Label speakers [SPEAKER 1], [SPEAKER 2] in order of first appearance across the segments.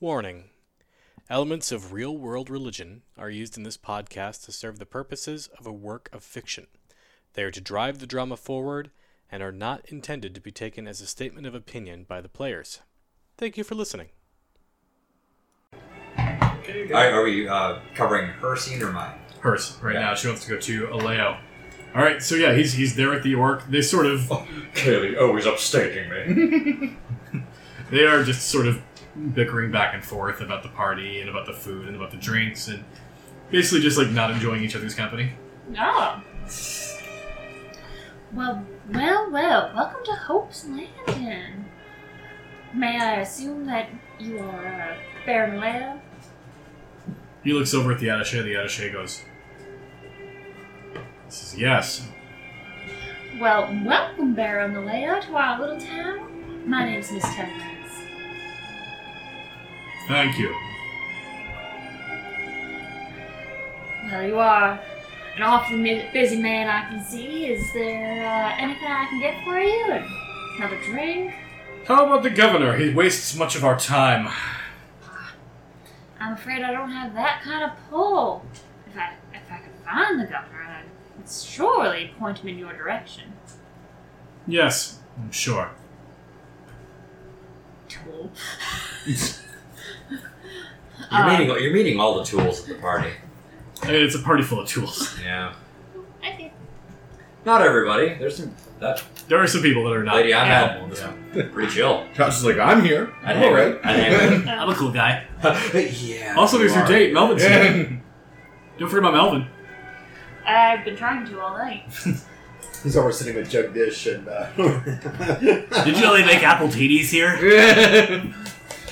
[SPEAKER 1] Warning Elements of real world religion are used in this podcast to serve the purposes of a work of fiction. They are to drive the drama forward and are not intended to be taken as a statement of opinion by the players. Thank you for listening.
[SPEAKER 2] All right, are we uh, covering her scene or mine?
[SPEAKER 3] hers right
[SPEAKER 2] Yeah.
[SPEAKER 3] now. She wants to go to Aleo. All right, so yeah, he's he's there at the orc. They sort of
[SPEAKER 2] Oh. Clearly, always upstaging me.
[SPEAKER 3] they are just sort of bickering back and forth about the party and about the food and about the drinks and basically just like not enjoying each other's company.
[SPEAKER 4] No. Oh. Well, well, well. Welcome to Hope's Landing. May I assume that you are uh, Baron Leo?
[SPEAKER 3] He looks over at the attaché. The attaché goes, "He "says Yes,
[SPEAKER 4] Well, welcome, Baron Leo, to our little town. My name's Miss Temperance.
[SPEAKER 3] thank you.
[SPEAKER 4] Well, you are an awfully mi- busy man, I can see. Is there uh, anything I can get for you? Another drink?
[SPEAKER 3] How about the governor? He wastes much of our time.
[SPEAKER 4] I'm afraid I don't have that kind of pull. If I if I could find the governor, I'd I'd surely point him in your direction.
[SPEAKER 3] Yes, I'm sure.
[SPEAKER 4] Tool.
[SPEAKER 2] You're
[SPEAKER 4] Uh,
[SPEAKER 2] meeting you're meeting all the tools at the party.
[SPEAKER 3] I mean, it's a party full of tools.
[SPEAKER 2] Yeah,
[SPEAKER 4] I think
[SPEAKER 2] not everybody. There's some that
[SPEAKER 3] There are some people that are not.
[SPEAKER 2] lady I
[SPEAKER 3] helpful in
[SPEAKER 2] had
[SPEAKER 3] this one.
[SPEAKER 2] pretty chill.
[SPEAKER 5] Josh is like, I'm here.
[SPEAKER 2] I'd
[SPEAKER 5] I'm
[SPEAKER 2] hang
[SPEAKER 5] all
[SPEAKER 2] with- I'd hang
[SPEAKER 4] uh,
[SPEAKER 5] right.
[SPEAKER 3] I'm a cool guy.
[SPEAKER 2] yeah.
[SPEAKER 3] Also, there's
[SPEAKER 2] you
[SPEAKER 3] your
[SPEAKER 2] are.
[SPEAKER 3] date, Melvin's here.
[SPEAKER 5] And
[SPEAKER 3] Don't forget about Melvin.
[SPEAKER 4] I've been trying to all night.
[SPEAKER 5] He's over sitting with Jug Dish and. Uh,
[SPEAKER 3] Did you only make apple titties here?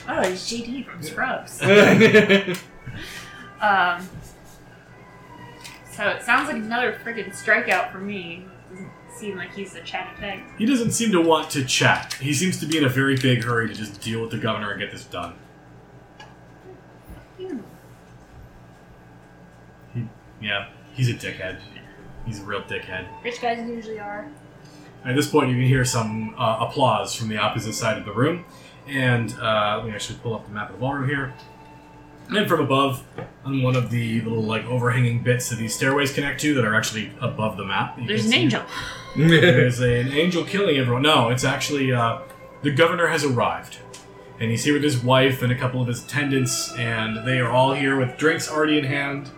[SPEAKER 4] Oh, it's JD from Scrubs.
[SPEAKER 5] That's
[SPEAKER 4] Um. So it sounds like another friggin' strikeout for me. Doesn't seem like he's the chatty type.
[SPEAKER 3] He doesn't seem to want to chat. He seems to be in a very big hurry to just deal with the governor and get this done.
[SPEAKER 4] Hmm.
[SPEAKER 3] Yeah, he's a dickhead. He's a real dickhead.
[SPEAKER 4] Rich guys usually are.
[SPEAKER 3] At this point, you can hear some uh, applause from the opposite side of the room. And uh, let me actually pull up the map of the ballroom here. And from above, on one of the little like overhanging bits that these stairways connect to that are actually above the map, you
[SPEAKER 4] There's
[SPEAKER 3] can
[SPEAKER 4] an
[SPEAKER 3] see-
[SPEAKER 4] angel.
[SPEAKER 3] There's an angel killing everyone. No, it's actually uh, the governor has arrived, and he's here with his wife and a couple of his attendants, and they are all here with drinks already in hand.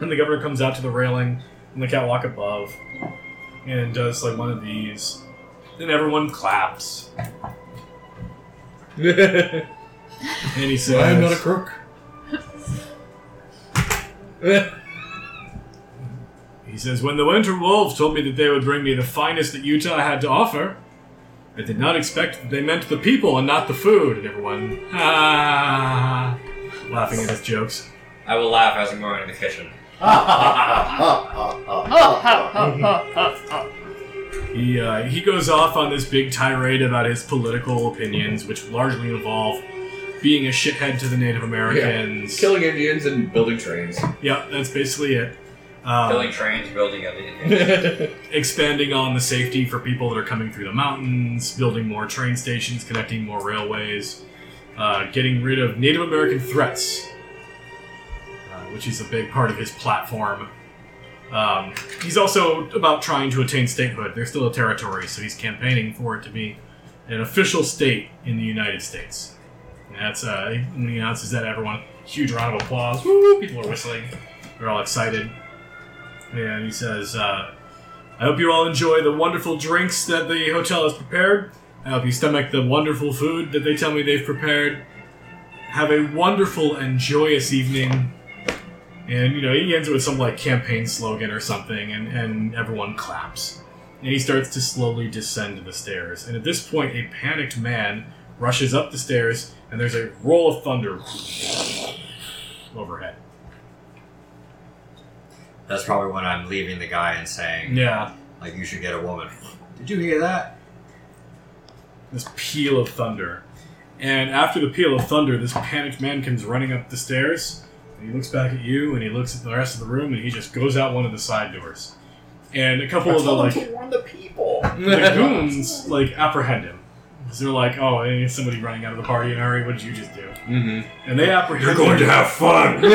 [SPEAKER 3] And the governor comes out to the railing on the catwalk above, and does like one of these, and everyone claps. And he says,
[SPEAKER 5] I am not a crook.
[SPEAKER 3] He says, When the Winter Wolves told me that they would bring me the finest that Utah had to offer, I did not expect that they meant the people and not the food. And everyone, ah, laughing at his jokes.
[SPEAKER 2] I will laugh as I'm going in the kitchen.
[SPEAKER 6] Ah,
[SPEAKER 4] Oh,
[SPEAKER 3] He, uh, he goes off on this big tirade about his political opinions, which largely involve being a shithead to the Native Americans.
[SPEAKER 5] Killing Indians and building trains.
[SPEAKER 3] Yep, that's basically it. Um,
[SPEAKER 2] Building trains, building everything.
[SPEAKER 5] That's
[SPEAKER 3] expanding on the safety for people that are coming through the mountains, building more train stations, connecting more railways, uh, getting rid of Native American threats, uh, which is a big part of his platform. Um, he's also about trying to attain statehood. They're still a territory, so he's campaigning for it to be an official state in the United States. And that's uh, when he announces that everyone huge round of applause. Woo, people are whistling. They're all excited. And he says, uh, I hope you all enjoy the wonderful drinks that the hotel has prepared. I hope you stomach the wonderful food that they tell me they've prepared. Have a wonderful and joyous evening. And, you know, he ends it with some, like, campaign slogan or something, and, and everyone claps. And he starts to slowly descend the stairs. And at this point, a panicked man rushes up the stairs, and there's a roll of thunder overhead.
[SPEAKER 2] That's probably when I'm leaving the guy and saying,
[SPEAKER 3] Yeah,
[SPEAKER 2] like, you should get a woman. Did you hear that?
[SPEAKER 3] this peal of thunder. And after the peal of thunder, this panicked man comes running up the stairs. And he looks back at you, and he looks at the rest of the room, and he just goes out one of the side doors. And a couple of the like
[SPEAKER 5] warn the people.
[SPEAKER 3] the goons like apprehend him. So they're like, oh, hey, somebody running out of the party in a hurry. What did you just do?
[SPEAKER 5] Mm-hmm.
[SPEAKER 3] And they apprehend
[SPEAKER 2] You're going
[SPEAKER 3] you.
[SPEAKER 2] to have fun.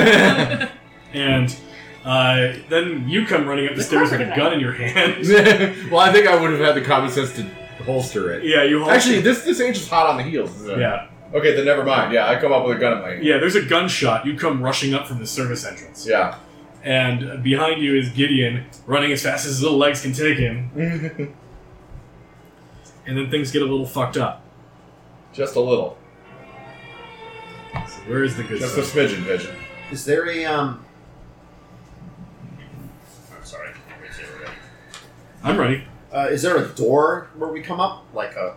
[SPEAKER 3] And uh, then you come running up the,
[SPEAKER 4] The
[SPEAKER 3] stairs with a
[SPEAKER 4] crocodile.
[SPEAKER 3] gun in your hand.
[SPEAKER 5] well, I think I would have had the common sense to holster it.
[SPEAKER 3] yeah, you hold.
[SPEAKER 5] Actually, this this angel's hot on the heels. isn't it?
[SPEAKER 3] yeah,
[SPEAKER 5] Okay, then never mind. Yeah, I come up with a gun at my hand.
[SPEAKER 3] yeah. There's a gunshot. You come rushing up from the service entrance,
[SPEAKER 5] Yeah.
[SPEAKER 3] and behind you is Gideon running as fast as his little legs can take him. And then things get a little fucked up.
[SPEAKER 5] Just a little.
[SPEAKER 3] So where is the good
[SPEAKER 5] Just a
[SPEAKER 3] stuff?
[SPEAKER 5] smidgen vision.
[SPEAKER 6] Is there a um?
[SPEAKER 7] I'm sorry. Wait till we're ready.
[SPEAKER 3] I'm ready.
[SPEAKER 6] Uh, is there a door where we come up, like a,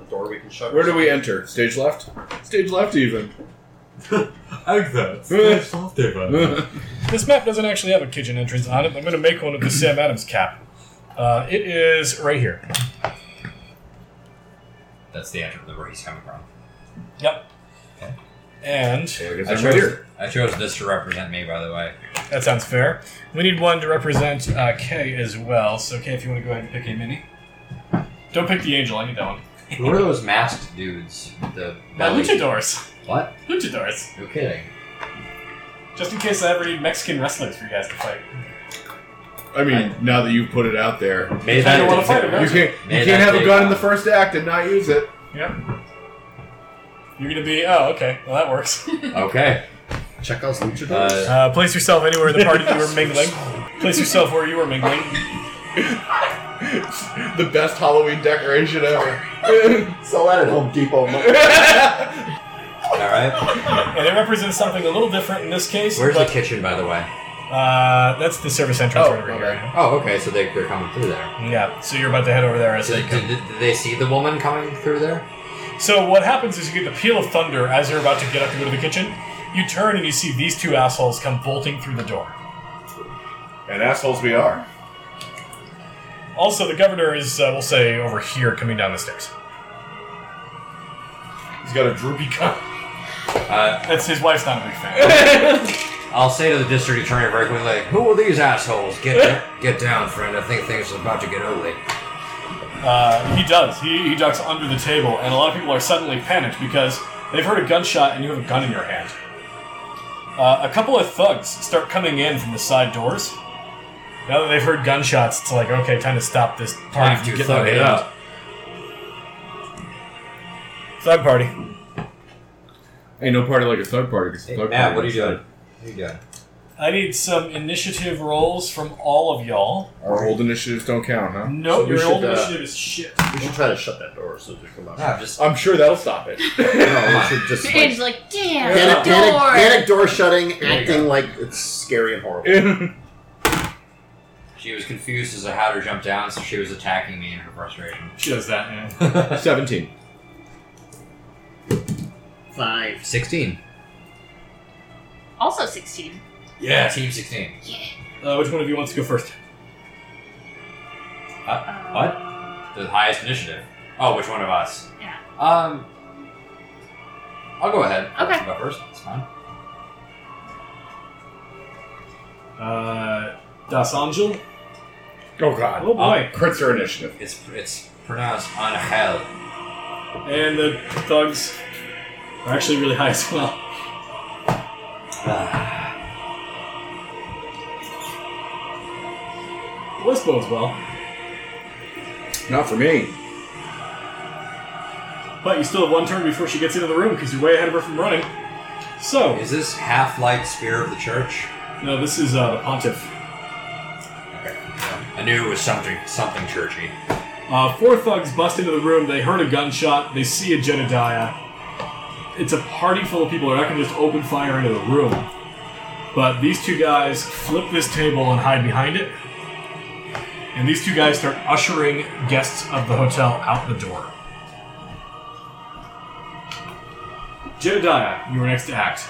[SPEAKER 6] a door we can shut?
[SPEAKER 5] Where do we enter? Stage left? Stage left, even.
[SPEAKER 8] Exit.
[SPEAKER 5] Eh.
[SPEAKER 8] Stage left, David.
[SPEAKER 5] That's
[SPEAKER 3] This map doesn't actually have a kitchen entrance on it. I'm going to make one of the Sam Adams cap. Uh, it is right here.
[SPEAKER 7] That's the entrance of where he's coming from.
[SPEAKER 3] Yep. And
[SPEAKER 7] I
[SPEAKER 5] right
[SPEAKER 7] chose,
[SPEAKER 5] here.
[SPEAKER 7] I chose this to represent me, by the way.
[SPEAKER 3] That sounds fair. We need one to represent uh, Kay as well. So Kay, if you want to go ahead and pick a mini. Don't pick the angel. I need that one.
[SPEAKER 7] Who are those masked dudes? with The
[SPEAKER 3] Uh,
[SPEAKER 7] belly-
[SPEAKER 3] luchadors.
[SPEAKER 7] What?
[SPEAKER 3] Luchadors.
[SPEAKER 7] No kidding.
[SPEAKER 3] Just in case I ever need Mexican wrestlers for you guys to fight.
[SPEAKER 5] I mean, now that you've put it out there, you
[SPEAKER 7] Maybe
[SPEAKER 3] Kinda wanna fight him, huh?
[SPEAKER 5] can't, you
[SPEAKER 7] May
[SPEAKER 5] can't
[SPEAKER 7] that
[SPEAKER 5] have a
[SPEAKER 7] day
[SPEAKER 5] gun in
[SPEAKER 7] come.
[SPEAKER 5] the first act and not use it.
[SPEAKER 3] You're gonna be. Oh, okay. Well, that works.
[SPEAKER 7] Okay.
[SPEAKER 6] check out luchadors?
[SPEAKER 7] Uh,
[SPEAKER 3] Uh, place yourself anywhere in the party you were mingling. Place yourself where you were mingling.
[SPEAKER 5] the best Halloween decoration ever.
[SPEAKER 6] Sell that at Home
[SPEAKER 7] all
[SPEAKER 6] Depot.
[SPEAKER 7] right.
[SPEAKER 3] And it represents something a little different in this case.
[SPEAKER 7] Where's the
[SPEAKER 3] but,
[SPEAKER 7] kitchen, by the way?
[SPEAKER 3] uh, that's the service entrance
[SPEAKER 5] Oh,
[SPEAKER 3] right over
[SPEAKER 5] my
[SPEAKER 3] here.
[SPEAKER 7] Oh, okay. So they, they're coming through there.
[SPEAKER 3] Yeah. So you're about to head over there as
[SPEAKER 7] So
[SPEAKER 3] they
[SPEAKER 7] did,
[SPEAKER 3] come.
[SPEAKER 7] did, did they see the woman coming through there?
[SPEAKER 3] So what happens is you get the peal of thunder as you're about to get up to go to the kitchen. You turn and you see these two assholes come bolting through the door.
[SPEAKER 5] and assholes we are.
[SPEAKER 3] Also, the governor is, uh, we'll say, over here coming down the stairs.
[SPEAKER 5] He's got a droopy gun.
[SPEAKER 7] Uh,
[SPEAKER 3] That's his wife's not a big fan.
[SPEAKER 7] I'll say to the district attorney very quickly, like, "Who are these assholes? Get da- get down, friend. I think things are about to get ugly."
[SPEAKER 3] Uh, he does. He, he ducks under the table, and a lot of people are suddenly panicked because they've heard a gunshot and you have a gun in your hand. Uh, a couple of thugs start coming in from the side doors. Now that they've heard gunshots, it's like, okay, time to stop this party
[SPEAKER 7] Time
[SPEAKER 3] from
[SPEAKER 7] to
[SPEAKER 3] getting out of
[SPEAKER 7] thug it
[SPEAKER 3] hand.
[SPEAKER 7] up.
[SPEAKER 3] Thug party.
[SPEAKER 5] Ain't no party like a thug party. 'cause
[SPEAKER 7] Hey,
[SPEAKER 5] thug
[SPEAKER 7] Matt,
[SPEAKER 5] party
[SPEAKER 7] what are you
[SPEAKER 5] is-
[SPEAKER 7] doing? What are you doing?
[SPEAKER 3] I need some initiative rolls from all of y'all.
[SPEAKER 5] Our old initiatives don't count, huh?
[SPEAKER 3] No,
[SPEAKER 6] So we
[SPEAKER 3] your
[SPEAKER 6] should,
[SPEAKER 3] old
[SPEAKER 6] uh,
[SPEAKER 3] initiative is shit.
[SPEAKER 6] we should try to shut that door so they come out.
[SPEAKER 7] No, just
[SPEAKER 5] I'm sure that'll stop it.
[SPEAKER 6] No, we should just like,
[SPEAKER 4] Angel's like, damn,
[SPEAKER 6] panic,
[SPEAKER 4] the
[SPEAKER 6] panic,
[SPEAKER 4] door.
[SPEAKER 6] panic door shutting,
[SPEAKER 5] you
[SPEAKER 6] acting
[SPEAKER 5] go.
[SPEAKER 6] like it's scary and horrible.
[SPEAKER 7] she was confused as to how to jump down, so she was attacking me in her frustration.
[SPEAKER 3] She does that, yeah.
[SPEAKER 5] Seventeen.
[SPEAKER 6] Five.
[SPEAKER 7] Sixteen.
[SPEAKER 4] Also 16.
[SPEAKER 7] Yeah, team sixteen.
[SPEAKER 3] Uh, which one of you wants to go first?
[SPEAKER 7] Uh, what? The highest initiative. Oh, which one of us?
[SPEAKER 4] Yeah.
[SPEAKER 7] Um, I'll go ahead. I'll
[SPEAKER 4] Okay.
[SPEAKER 7] Go first. It's fine.
[SPEAKER 3] Uh, Das Angel?
[SPEAKER 5] Oh God.
[SPEAKER 3] Oh, boy.
[SPEAKER 5] Crits are initiative.
[SPEAKER 7] It's it's pronounced Angel.
[SPEAKER 3] And the thugs are actually really high as well. Well, this bodes well.
[SPEAKER 5] Not for me.
[SPEAKER 3] But you still have one turn before she gets into the room because you're way ahead of her from running. So,
[SPEAKER 7] Is this half light spear of the church?
[SPEAKER 3] no, this is uh, the pontiff.
[SPEAKER 7] I knew it was something something churchy.
[SPEAKER 3] Uh, four thugs bust into the room. They heard a gunshot. They see a Jedediah. It's a party full of people. They're not going to just open fire into the room. But these two guys flip this table and hide behind it. And these two guys start ushering guests of the hotel out the door. Jedediah, you were next to act.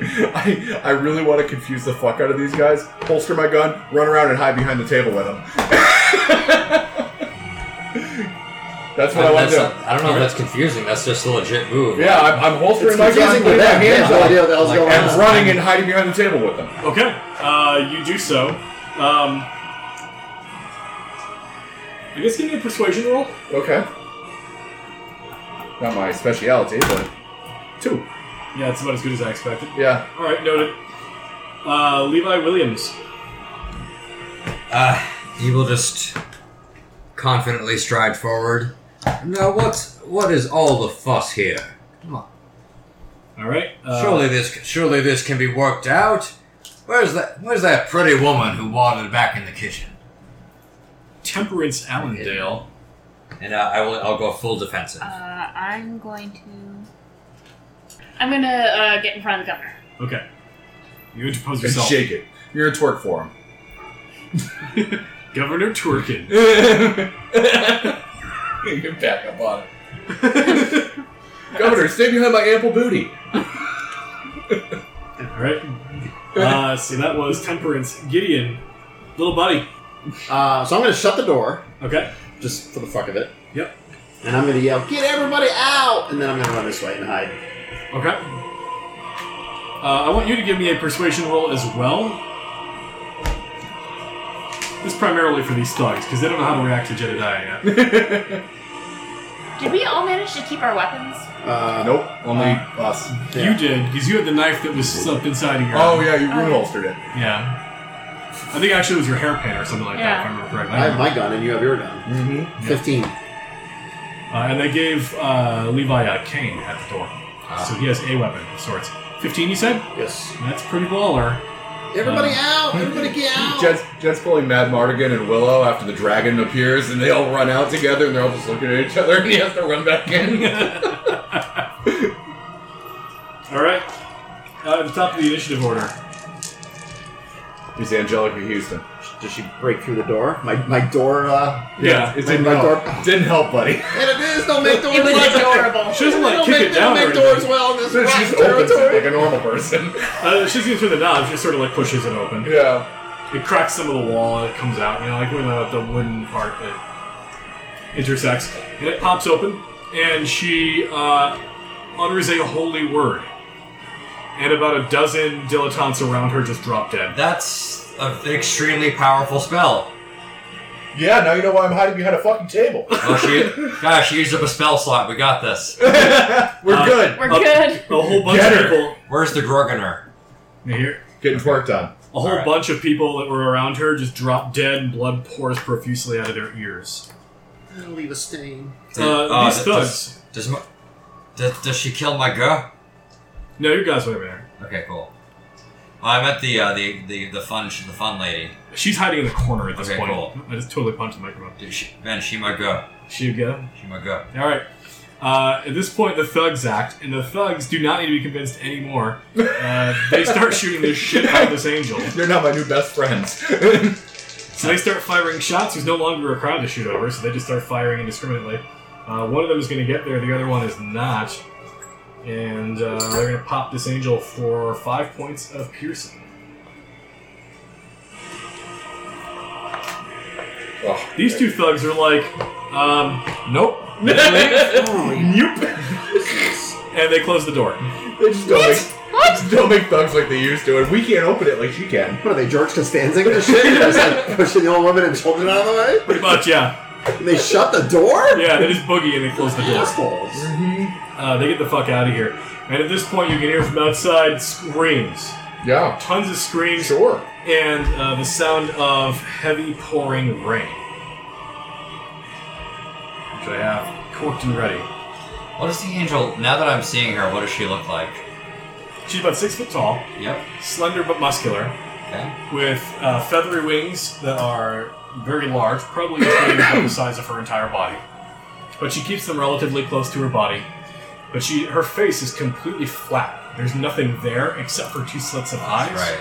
[SPEAKER 5] I, I really want to confuse the fuck out of these guys. Holster my gun, run around and hide behind the table with them. that's what I, want
[SPEAKER 7] that's
[SPEAKER 5] to do.
[SPEAKER 7] not- I don't know if that's confusing. That's just a legit move.
[SPEAKER 5] yeah, I'm, I'm holstering
[SPEAKER 6] It's
[SPEAKER 5] my gun,
[SPEAKER 6] confusing
[SPEAKER 5] putting
[SPEAKER 6] with
[SPEAKER 5] my
[SPEAKER 6] them. They have
[SPEAKER 5] hands
[SPEAKER 6] no
[SPEAKER 5] up,
[SPEAKER 6] idea what the hell's
[SPEAKER 7] Like,
[SPEAKER 6] going
[SPEAKER 5] and
[SPEAKER 6] on.
[SPEAKER 5] running and hiding behind the table with them.
[SPEAKER 3] Okay, uh, you do so. Um, I guess give me a persuasion roll.
[SPEAKER 5] Okay. Not my specialty, but two.
[SPEAKER 3] Yeah, it's about as good as I expected.
[SPEAKER 5] Yeah.
[SPEAKER 3] All right, noted. Uh, Levi Williams.
[SPEAKER 7] Uh, you will just confidently stride forward. Now, what's what is all the fuss here? Come on.
[SPEAKER 3] All right. Uh,
[SPEAKER 7] Surely this surely this can be worked out. Where's that Where's that pretty woman who wandered back in the kitchen?
[SPEAKER 3] Temperance Allendale.
[SPEAKER 7] And uh, I will I'll go full defensive.
[SPEAKER 4] Uh, I'm going to. I'm gonna uh, get in front of the governor.
[SPEAKER 3] Okay. You interpose
[SPEAKER 5] And
[SPEAKER 3] yourself.
[SPEAKER 5] shake it. You're a twerk for him.
[SPEAKER 3] Governor Twerkin.
[SPEAKER 5] Get back up on it. Governor, stay behind my ample booty.
[SPEAKER 3] All right. Uh, so that was Temperance Gideon. Little buddy.
[SPEAKER 6] Uh, so I'm going to shut the door,
[SPEAKER 3] Okay.
[SPEAKER 6] just for the fuck of it.
[SPEAKER 3] Yep.
[SPEAKER 6] And I'm going to yell, get everybody out! And then I'm going to run this way and hide.
[SPEAKER 3] Okay. Uh, I want you to give me a persuasion roll as well. This is primarily for these thugs because they don't know how to react to Jedediah yet.
[SPEAKER 4] Did we all manage to keep our weapons?
[SPEAKER 6] Uh,
[SPEAKER 5] Nope, only us.
[SPEAKER 3] You did because you had the knife that was stuck inside of your.
[SPEAKER 5] Oh yeah, you rune holstered it.
[SPEAKER 3] Yeah. I think actually it was your hairpin or something like that, if I remember correctly.
[SPEAKER 6] I have my gun and you have your gun.
[SPEAKER 5] Mm-hmm.
[SPEAKER 6] 15.
[SPEAKER 3] Uh, and they gave uh, Levi a cane at the door. So he has a weapon of sorts. 15, you said?
[SPEAKER 6] Yes.
[SPEAKER 3] That's pretty baller.
[SPEAKER 6] Everybody
[SPEAKER 3] Uh,
[SPEAKER 6] out! Everybody get out!
[SPEAKER 5] Jed's, Jed's pulling Mad Mardigan and Willow after the dragon appears, and they all run out together, and they're all just looking at each other, and he has to run back in.
[SPEAKER 3] Alright. Uh, at the top of the initiative order.
[SPEAKER 5] Here's Angelica Houston.
[SPEAKER 6] Does she break through the door? My, my door, uh...
[SPEAKER 3] Yeah.
[SPEAKER 5] it
[SPEAKER 6] my-
[SPEAKER 5] didn't
[SPEAKER 6] my
[SPEAKER 5] help.
[SPEAKER 6] door-
[SPEAKER 5] Didn't help, buddy.
[SPEAKER 6] And it is! Don't make doors
[SPEAKER 4] It was adorable.
[SPEAKER 3] She doesn't like kick it down or anything.
[SPEAKER 6] well in this
[SPEAKER 5] She just opens it like a normal person.
[SPEAKER 3] Uh, she's going through the knob. She sort of like pushes it open.
[SPEAKER 5] yeah.
[SPEAKER 3] It cracks some of the wall and it comes out, you know, like when uh, the wooden part that intersects. And it pops open, and she uh, utters a holy word. And about a dozen dilettantes around her just drop dead.
[SPEAKER 7] That's an extremely powerful spell.
[SPEAKER 5] Yeah, now you know why I'm hiding behind a fucking table.
[SPEAKER 7] Oh, she, gosh, she used up a spell slot. We got this.
[SPEAKER 5] We're
[SPEAKER 3] Uh,
[SPEAKER 5] good.
[SPEAKER 4] We're
[SPEAKER 3] Uh,
[SPEAKER 4] good.
[SPEAKER 3] A whole bunch
[SPEAKER 5] Get
[SPEAKER 3] of
[SPEAKER 5] her.
[SPEAKER 3] people.
[SPEAKER 7] Where's the Gorgoner?
[SPEAKER 3] You hear?
[SPEAKER 5] Getting twerked on.
[SPEAKER 3] A whole
[SPEAKER 7] Alright.
[SPEAKER 3] bunch of people that were around her just drop dead, and blood pours profusely out of their ears.
[SPEAKER 6] I'll leave a stain.
[SPEAKER 3] Uh,
[SPEAKER 7] Oh, does-
[SPEAKER 3] these thugs.
[SPEAKER 7] Does, my, does does she kill my girl?
[SPEAKER 3] No, you guys went over there.
[SPEAKER 7] Okay, cool. Well, I met the uh, the, the the fun the fun lady.
[SPEAKER 3] She's hiding in the corner at this
[SPEAKER 7] Okay,
[SPEAKER 3] point.
[SPEAKER 7] cool.
[SPEAKER 3] I just totally punched the microphone.
[SPEAKER 7] Dude, she, man, she my girl.
[SPEAKER 3] She go.
[SPEAKER 7] She my girl.
[SPEAKER 3] All right. Uh, at this point, the thugs act, and the thugs do not need to be convinced anymore. Uh, they start shooting the shit out of this angel.
[SPEAKER 5] They're not my new best friends.
[SPEAKER 3] So they start firing shots. There's no longer a crowd to shoot over, so they just start firing indiscriminately. Uh, one of them is going to get there, the other one is not. And uh, they're going to pop this angel for five points of piercing.
[SPEAKER 5] Oh,
[SPEAKER 3] These two thugs are like, um, nope. nope. and they close the door.
[SPEAKER 5] they just don't make, just don't make thugs like they used to, and we can't open it like she can.
[SPEAKER 6] What are they, George Costanza? They're sitting there, like, pushing the old women and children out of the way?
[SPEAKER 3] Pretty much, yeah.
[SPEAKER 6] And they shut the door?
[SPEAKER 3] Yeah, they just boogie and they close the door.
[SPEAKER 6] Assholes.
[SPEAKER 3] Uh, they get the fuck out of here. And at this point, you can hear from outside screams.
[SPEAKER 5] Yeah,
[SPEAKER 3] Tons of screams.
[SPEAKER 5] sure.
[SPEAKER 3] and uh, the sound of heavy pouring rain. Which I have corked and ready.
[SPEAKER 7] What is the angel? Now that I'm seeing her, what does she look like?
[SPEAKER 3] She's about six foot tall,
[SPEAKER 7] Yep.
[SPEAKER 3] slender but muscular,
[SPEAKER 7] Okay.
[SPEAKER 3] with uh, feathery wings that are very large, probably equating about the size of her entire body. But she keeps them relatively close to her body. But she, her face is completely flat. There's nothing there except for two slits of eyes.
[SPEAKER 7] Right.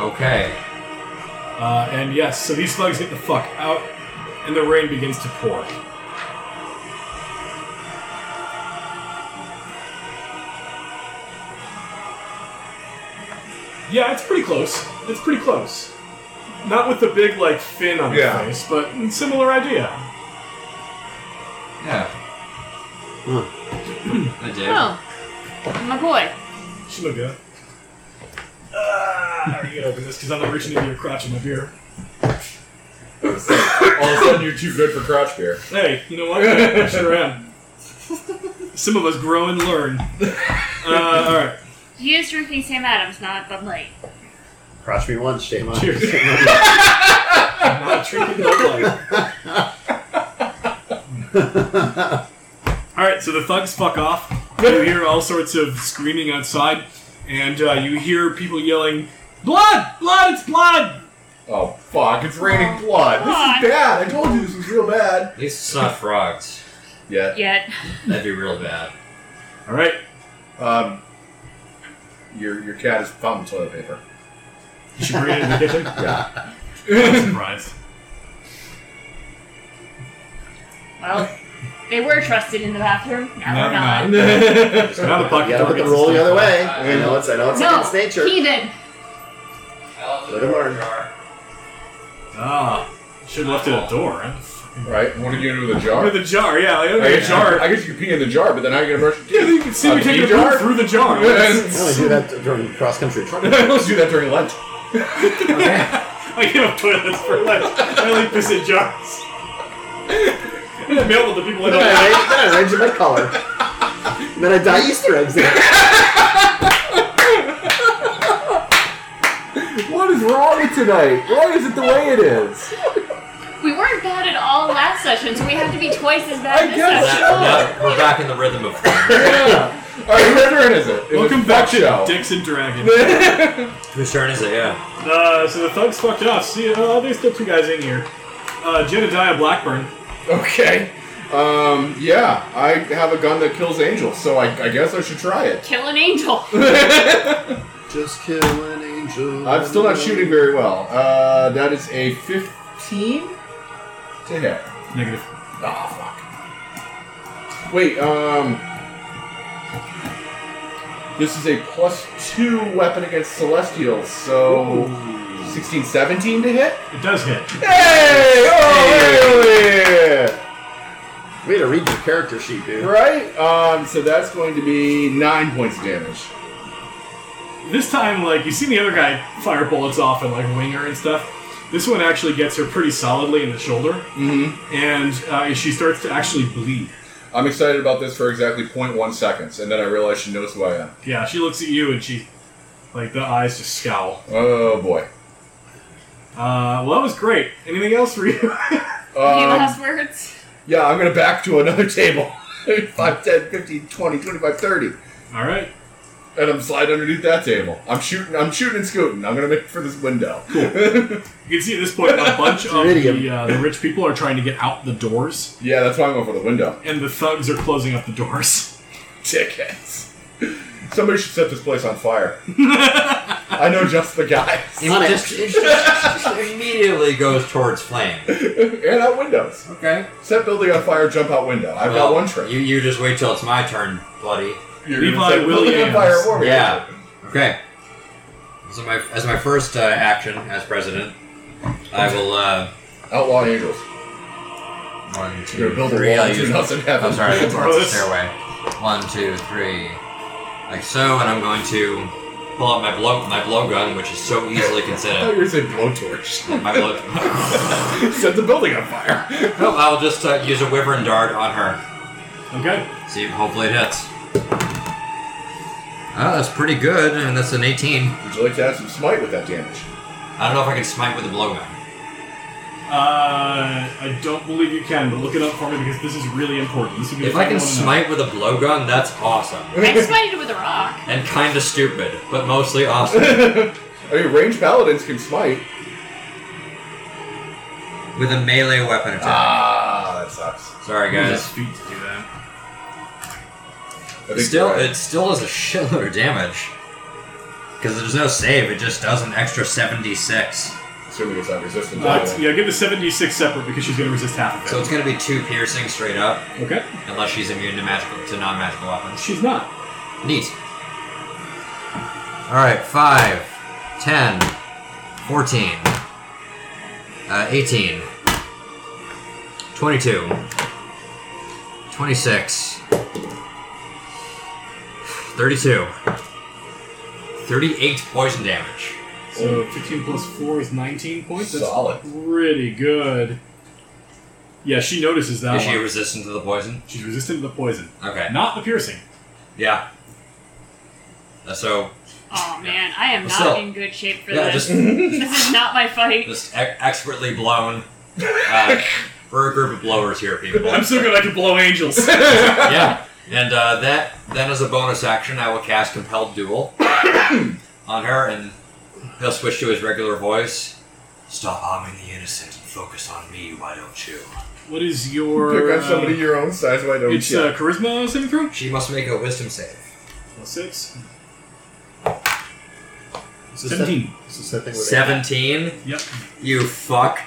[SPEAKER 7] Okay.
[SPEAKER 3] Uh, and yes, so these slugs get the fuck out, and the rain begins to pour. Yeah, it's pretty close. It's pretty close. Not with the big like fin on
[SPEAKER 5] Yeah.
[SPEAKER 3] the face, but similar idea.
[SPEAKER 7] Yeah. I did.
[SPEAKER 4] Oh, my boy.
[SPEAKER 3] She looked good. Ah, how are you gonna open this? Because I'm not reaching into your crotch in my beer.
[SPEAKER 5] All of a sudden, you're too good for crotch beer.
[SPEAKER 3] Hey, you know what? I sure am. Some of us grow and learn. Uh, all right.
[SPEAKER 4] He is drinking Sam Adams, not Bud Light.
[SPEAKER 6] Crotch me once, shame on
[SPEAKER 3] Cheers.
[SPEAKER 6] you.
[SPEAKER 3] I'm not drinking Bud Light. All right, so the thugs fuck off. You hear all sorts of screaming outside, and uh, you hear people yelling, "Blood! Blood! It's blood!"
[SPEAKER 5] Oh fuck! It's
[SPEAKER 4] Oh,
[SPEAKER 5] raining blood. This
[SPEAKER 4] Fuck.
[SPEAKER 5] is bad. I told you this was real bad.
[SPEAKER 7] At least it's not frogs.
[SPEAKER 5] Yeah.
[SPEAKER 4] Yet.
[SPEAKER 7] That'd be real bad.
[SPEAKER 3] All right.
[SPEAKER 5] Um. Your your cat has found toilet paper.
[SPEAKER 3] She bring it in the kitchen.
[SPEAKER 5] Yeah.
[SPEAKER 3] I'm surprised.
[SPEAKER 4] Well, they were trusted in the bathroom. Now
[SPEAKER 3] Now
[SPEAKER 4] they're not.
[SPEAKER 3] So now the
[SPEAKER 6] You
[SPEAKER 3] bucket
[SPEAKER 6] gotta
[SPEAKER 3] door
[SPEAKER 6] put the
[SPEAKER 3] gets
[SPEAKER 6] roll the
[SPEAKER 3] stuck.
[SPEAKER 6] other way. I know it's, I know it's
[SPEAKER 4] No,
[SPEAKER 6] against nature.
[SPEAKER 4] heathen.
[SPEAKER 6] Let him learn.
[SPEAKER 3] Ah, should have left it at the door. Huh?
[SPEAKER 5] Right. Mm-hmm. What are you gonna do with a jar?
[SPEAKER 3] With the jar, yeah, like,
[SPEAKER 5] I
[SPEAKER 3] with the
[SPEAKER 5] guess,
[SPEAKER 3] jar.
[SPEAKER 5] I guess you could pee in the jar, but then how are you gonna brush your
[SPEAKER 3] yeah,
[SPEAKER 5] teeth?
[SPEAKER 3] you can see
[SPEAKER 5] A
[SPEAKER 3] me taking a
[SPEAKER 5] pee jar?
[SPEAKER 3] poop through the jar.
[SPEAKER 6] I only do that during cross country.
[SPEAKER 5] Let's do that during lunch.
[SPEAKER 3] I get up toilets for lunch. I only piss in jars. And I mail it to people I don't
[SPEAKER 6] Then
[SPEAKER 3] like.
[SPEAKER 6] I arrange- then I arrange it by color. And then I dye Easter eggs in it.
[SPEAKER 5] What is wrong with tonight? Why is it the way it is?
[SPEAKER 4] We weren't bad at all last session, so we have to be twice as bad
[SPEAKER 5] I
[SPEAKER 4] this
[SPEAKER 5] guess
[SPEAKER 4] session.
[SPEAKER 5] so.
[SPEAKER 7] Now, we're back in the rhythm of things.
[SPEAKER 5] Yeah. All right, what turn is it? It's a
[SPEAKER 3] Welcome
[SPEAKER 5] fuck
[SPEAKER 3] back to
[SPEAKER 5] show.
[SPEAKER 3] Dicks and Dragons.
[SPEAKER 7] Whose turn is it? Yeah.
[SPEAKER 3] Uh, so the thugs fucked off. See, uh, there's still two guys in here. Uh, Jedediah Blackburn.
[SPEAKER 5] okay. Um, yeah, I have a gun that kills angels, so I, I guess I should try it.
[SPEAKER 4] Kill an angel.
[SPEAKER 6] Just kill an angel.
[SPEAKER 5] I'm still not shooting very well. Uh, that is a 15 to hit.
[SPEAKER 3] Negative.
[SPEAKER 5] Oh, fuck. Wait, um. This is a plus 2 weapon against Celestials, so. 16, 17 to hit?
[SPEAKER 3] It does hit.
[SPEAKER 5] Hey! Oh, yeah.
[SPEAKER 6] We had to read your character sheet, dude.
[SPEAKER 5] Right? Um, so that's going to be 9 points of damage.
[SPEAKER 3] This time, like, you seen the other guy fire bullets off and, like, wing her and stuff. This one actually gets her pretty solidly in the shoulder,
[SPEAKER 5] Mm-hmm.
[SPEAKER 3] and uh, she starts to actually bleed.
[SPEAKER 5] I'm excited about this for exactly 0.1 seconds, and then I realize she knows who I am.
[SPEAKER 3] Yeah, she looks at you and she, like, the eyes just scowl.
[SPEAKER 5] Oh, boy.
[SPEAKER 3] Uh, well, that was great. Anything else for you?
[SPEAKER 4] Any
[SPEAKER 5] Um,
[SPEAKER 4] last words?
[SPEAKER 5] yeah, I'm going to back to another table. 5, 10, 15, 20, 25, 30.
[SPEAKER 3] All right.
[SPEAKER 5] and I'm sliding underneath that table. I'm shooting. I'm shooting and scooting. I'm gonna make for this window.
[SPEAKER 3] You can see at this point a bunch of
[SPEAKER 6] Iridium.
[SPEAKER 3] the, uh, the rich people are trying to get out the doors,
[SPEAKER 5] yeah, that's why I'm going for the window.
[SPEAKER 3] and the thugs are closing up the doors.
[SPEAKER 5] Dickheads. Somebody should set this place on fire. I know just the guys,
[SPEAKER 7] It just, it just immediately goes towards flame.
[SPEAKER 5] and out windows.
[SPEAKER 7] Okay.
[SPEAKER 5] Set building on fire. Jump out window. I've got
[SPEAKER 7] Well,
[SPEAKER 5] one trick.
[SPEAKER 7] You, you just wait till it's my turn, bloody.
[SPEAKER 5] You're
[SPEAKER 3] Levi Williams.
[SPEAKER 5] war me.
[SPEAKER 7] Yeah. Okay. So my, as my first uh, action as president, I will. Uh,
[SPEAKER 5] Outlaw angels.
[SPEAKER 7] one,
[SPEAKER 5] You're
[SPEAKER 7] two,
[SPEAKER 5] gonna build a
[SPEAKER 7] three.
[SPEAKER 5] wall
[SPEAKER 7] I'll
[SPEAKER 5] between
[SPEAKER 7] use-
[SPEAKER 5] us and heaven.
[SPEAKER 7] I'm sorry, that's
[SPEAKER 3] Throw
[SPEAKER 7] the
[SPEAKER 3] this.
[SPEAKER 7] stairway. One, two, three. Like so, and I'm going to pull out my blow my blowgun, which is so easily
[SPEAKER 5] I thought
[SPEAKER 7] considered.
[SPEAKER 5] you were saying blowtorch.
[SPEAKER 7] my blow.
[SPEAKER 5] Set the building on fire.
[SPEAKER 7] no, I'll just uh, use a wyvern dart on her.
[SPEAKER 3] Okay.
[SPEAKER 7] See, if hopefully it hits. Ah, that's pretty good, and that's an 18.
[SPEAKER 5] Would you like to add some smite with that damage?
[SPEAKER 7] I don't know if I can smite with a blowgun.
[SPEAKER 3] Uh, I don't believe you can, but look it up for me because this is really important. This would be the
[SPEAKER 7] If I can
[SPEAKER 3] final one to know.
[SPEAKER 7] smite with a blowgun, that's awesome.
[SPEAKER 4] I smited with a rock.
[SPEAKER 7] And kinda stupid, but mostly awesome.
[SPEAKER 5] I mean, range paladins can smite.
[SPEAKER 7] with a melee weapon attack.
[SPEAKER 5] Ah, that sucks.
[SPEAKER 7] Sorry,
[SPEAKER 3] Use his
[SPEAKER 7] guys.
[SPEAKER 3] feet to do that.
[SPEAKER 5] I
[SPEAKER 7] It
[SPEAKER 5] think
[SPEAKER 7] still,
[SPEAKER 5] you're right.
[SPEAKER 7] it still does a shitload of damage. Because there's no save, it just does an extra 76.
[SPEAKER 5] Assuming it's not resistant.
[SPEAKER 3] Uh,
[SPEAKER 5] to
[SPEAKER 3] it's- yeah, give the 76 separate because she's going to resist half
[SPEAKER 7] So
[SPEAKER 3] of it.
[SPEAKER 7] it's gonna be two piercing straight up,
[SPEAKER 3] okay.
[SPEAKER 7] unless she's immune to magical to non-magical weapons.
[SPEAKER 3] She's not.
[SPEAKER 7] Neat. Alright, 5, 10, 14, uh, 18, 22, 26, 32, 38 poison damage. Oh.
[SPEAKER 3] So 15 plus 4 is 19 points. That's
[SPEAKER 5] Solid.
[SPEAKER 3] pretty good. Yeah, she notices that
[SPEAKER 7] Is she
[SPEAKER 3] one.
[SPEAKER 7] resistant to the poison?
[SPEAKER 3] She's resistant to the poison,
[SPEAKER 7] Okay.
[SPEAKER 3] not the piercing.
[SPEAKER 7] Yeah. Uh, So
[SPEAKER 4] Oh man, I am not
[SPEAKER 7] Still.
[SPEAKER 4] in good shape for
[SPEAKER 7] yeah,
[SPEAKER 4] this.
[SPEAKER 7] just
[SPEAKER 4] this is not my fight.
[SPEAKER 7] just e- expertly blown. Uh, we're a group of blowers here, people.
[SPEAKER 3] I'm so good I can blow angels.
[SPEAKER 7] yeah. And uh, that then as a bonus action, I will cast Compelled Duel on her, and he'll switch to his regular voice. Stop harming the innocent and focus on me, why don't you?
[SPEAKER 3] what is your?
[SPEAKER 5] Pick on
[SPEAKER 3] uh,
[SPEAKER 5] somebody your own size, why don't
[SPEAKER 3] it's
[SPEAKER 5] you?
[SPEAKER 3] uh, charisma saving throw.
[SPEAKER 7] She must make a wisdom save.
[SPEAKER 3] Plus six.
[SPEAKER 6] Is this that-
[SPEAKER 3] Seventeen.
[SPEAKER 6] is this that thing with
[SPEAKER 7] Seventeen.
[SPEAKER 3] Yep.
[SPEAKER 7] You fuck.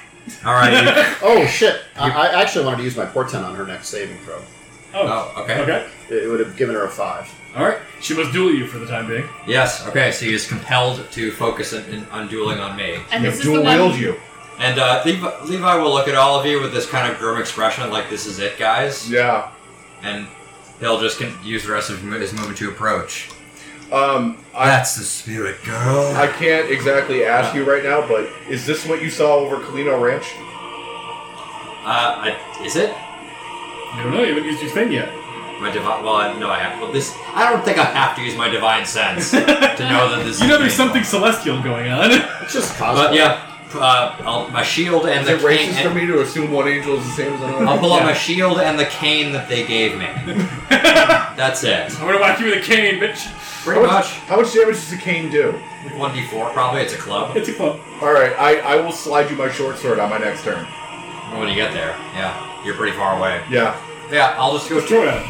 [SPEAKER 7] All right. You,
[SPEAKER 6] Oh shit! I, I actually wanted to use my portent on her next saving throw.
[SPEAKER 3] Oh.
[SPEAKER 7] oh, okay.
[SPEAKER 3] Okay.
[SPEAKER 6] It would have given her a five.
[SPEAKER 3] All right. She must duel you for the time being.
[SPEAKER 7] Yes. Okay. So he is compelled to focus in, in, on dueling on me,
[SPEAKER 4] And
[SPEAKER 6] You
[SPEAKER 4] this
[SPEAKER 6] have
[SPEAKER 4] is the
[SPEAKER 6] dual
[SPEAKER 4] one.
[SPEAKER 6] wield you.
[SPEAKER 7] and uh, Levi, Levi will look at all of you with this kind of grim expression, like "This is it, guys,"
[SPEAKER 5] yeah.
[SPEAKER 7] and he'll just con- use the rest of his movement to approach.
[SPEAKER 5] Um, I,
[SPEAKER 7] That's the spirit, girl.
[SPEAKER 5] I can't exactly ask you right now, but is this what you saw over Colino Ranch?
[SPEAKER 7] Uh, I, is it?
[SPEAKER 3] You don't know. You haven't used your thing yet.
[SPEAKER 7] My divine? Well, I, no, I have. Well, this. I don't think I have to use my divine sense to know that this.
[SPEAKER 3] You
[SPEAKER 7] is
[SPEAKER 3] know, there's
[SPEAKER 7] painful.
[SPEAKER 3] something celestial going on.
[SPEAKER 6] It's just cosplay.
[SPEAKER 7] But yeah, uh, I'll, my shield and
[SPEAKER 5] Is
[SPEAKER 7] the
[SPEAKER 5] it
[SPEAKER 7] cane.
[SPEAKER 5] racist for me to assume one angel is the same as another?
[SPEAKER 7] I'll pull out
[SPEAKER 3] Yeah.
[SPEAKER 7] my shield and the cane that they gave me. That's it.
[SPEAKER 3] I'm gonna whack you with a cane, bitch.
[SPEAKER 7] Pretty
[SPEAKER 5] how much,
[SPEAKER 7] much.
[SPEAKER 5] how much damage does a cane do?
[SPEAKER 7] One d four, probably. It's a club.
[SPEAKER 3] It's a club.
[SPEAKER 5] All right, I, I will slide you my short sword on my next turn.
[SPEAKER 7] When you get there, yeah, you're pretty far away.
[SPEAKER 5] Yeah.
[SPEAKER 7] Yeah, I'll just go.
[SPEAKER 3] Destroy him.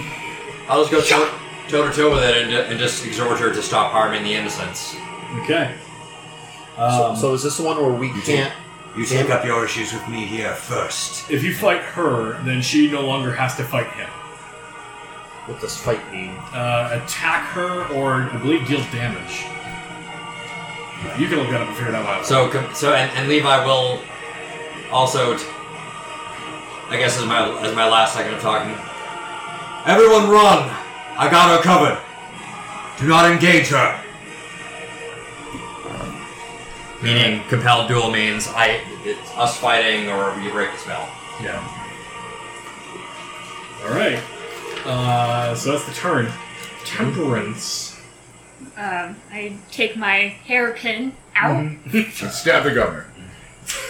[SPEAKER 7] I'll just go toe toe to toe with it and, ju- and just exhort her to stop harming the innocents.
[SPEAKER 3] Okay.
[SPEAKER 6] So,
[SPEAKER 3] Um,
[SPEAKER 6] so is this the one where we can't?
[SPEAKER 7] You take up your issues with me here first.
[SPEAKER 3] if you fight her, then she no longer has to fight him.
[SPEAKER 6] What does fight mean?
[SPEAKER 3] Uh, attack her, or I believe deals damage. Yeah, You can look that up and figure it out. why.
[SPEAKER 7] So, com- so, and, and Levi will also. T- I guess as my as my last second of talking. Everyone, run! I got her covered. Do not engage her. Meaning, compelled duel means I it's us fighting or you break the spell.
[SPEAKER 3] Yeah. All right. Uh, so that's the turn. Temperance.
[SPEAKER 4] Um, I take my hairpin out.
[SPEAKER 5] Mm-hmm. Stab the governor.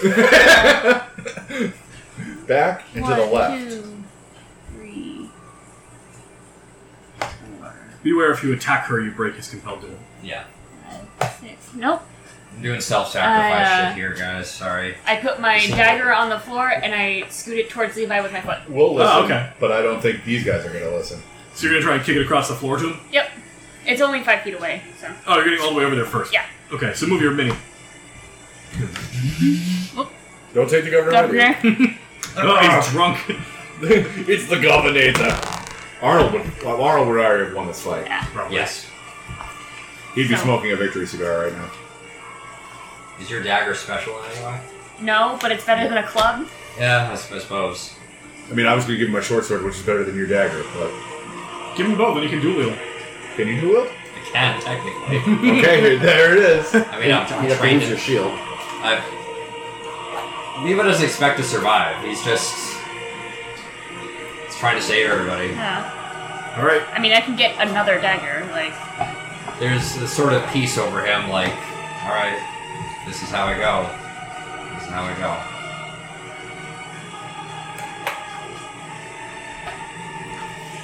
[SPEAKER 5] Back and to the
[SPEAKER 4] One,
[SPEAKER 5] left.
[SPEAKER 4] two, three, four,
[SPEAKER 3] Beware if you attack her, you break his compelled duel.
[SPEAKER 7] Yeah,
[SPEAKER 4] five, six. Nope.
[SPEAKER 7] I'm doing self-sacrifice
[SPEAKER 4] I, uh,
[SPEAKER 7] shit here, guys. Sorry.
[SPEAKER 4] I put my dagger on the floor and I scoot it towards Levi with my foot.
[SPEAKER 5] We'll listen,
[SPEAKER 3] Oh, okay.
[SPEAKER 5] but I don't think these guys are going to listen.
[SPEAKER 3] So you're gonna try and kick it across the floor to him.
[SPEAKER 4] Yep. It's only five feet away, so.
[SPEAKER 3] Oh, you're getting all the way over there first.
[SPEAKER 4] Yeah.
[SPEAKER 3] Okay, so move your mini.
[SPEAKER 5] Don't take the governor. with you.
[SPEAKER 4] Governor.
[SPEAKER 3] Oh, he's drunk.
[SPEAKER 5] it's the governator. Arnold would, well, Arnold would already have won this fight.
[SPEAKER 3] Probably.
[SPEAKER 7] Yes.
[SPEAKER 5] He'd be
[SPEAKER 4] So-
[SPEAKER 5] smoking a victory cigar right now.
[SPEAKER 7] Is your dagger special anyway?
[SPEAKER 4] No, but it's better than a club.
[SPEAKER 7] Yeah, I s- I suppose.
[SPEAKER 5] I mean, I was going to give him a short sword, which is better than your dagger, but
[SPEAKER 3] Give him both, then you can duel wheel.
[SPEAKER 5] can you do it?
[SPEAKER 7] I can technically.
[SPEAKER 5] Okay, here- there it is.
[SPEAKER 7] I mean, I'm,
[SPEAKER 6] You
[SPEAKER 7] I'm
[SPEAKER 6] have to
[SPEAKER 7] trained in
[SPEAKER 6] use your shield.
[SPEAKER 7] I've, Viva doesn't expect to survive. He's just he's trying to save everybody.
[SPEAKER 4] Yeah.
[SPEAKER 3] All right.
[SPEAKER 4] I mean, I can get another dagger. Like,
[SPEAKER 7] There's this sort of peace over him, like, all right, this is how I go. This is how I go.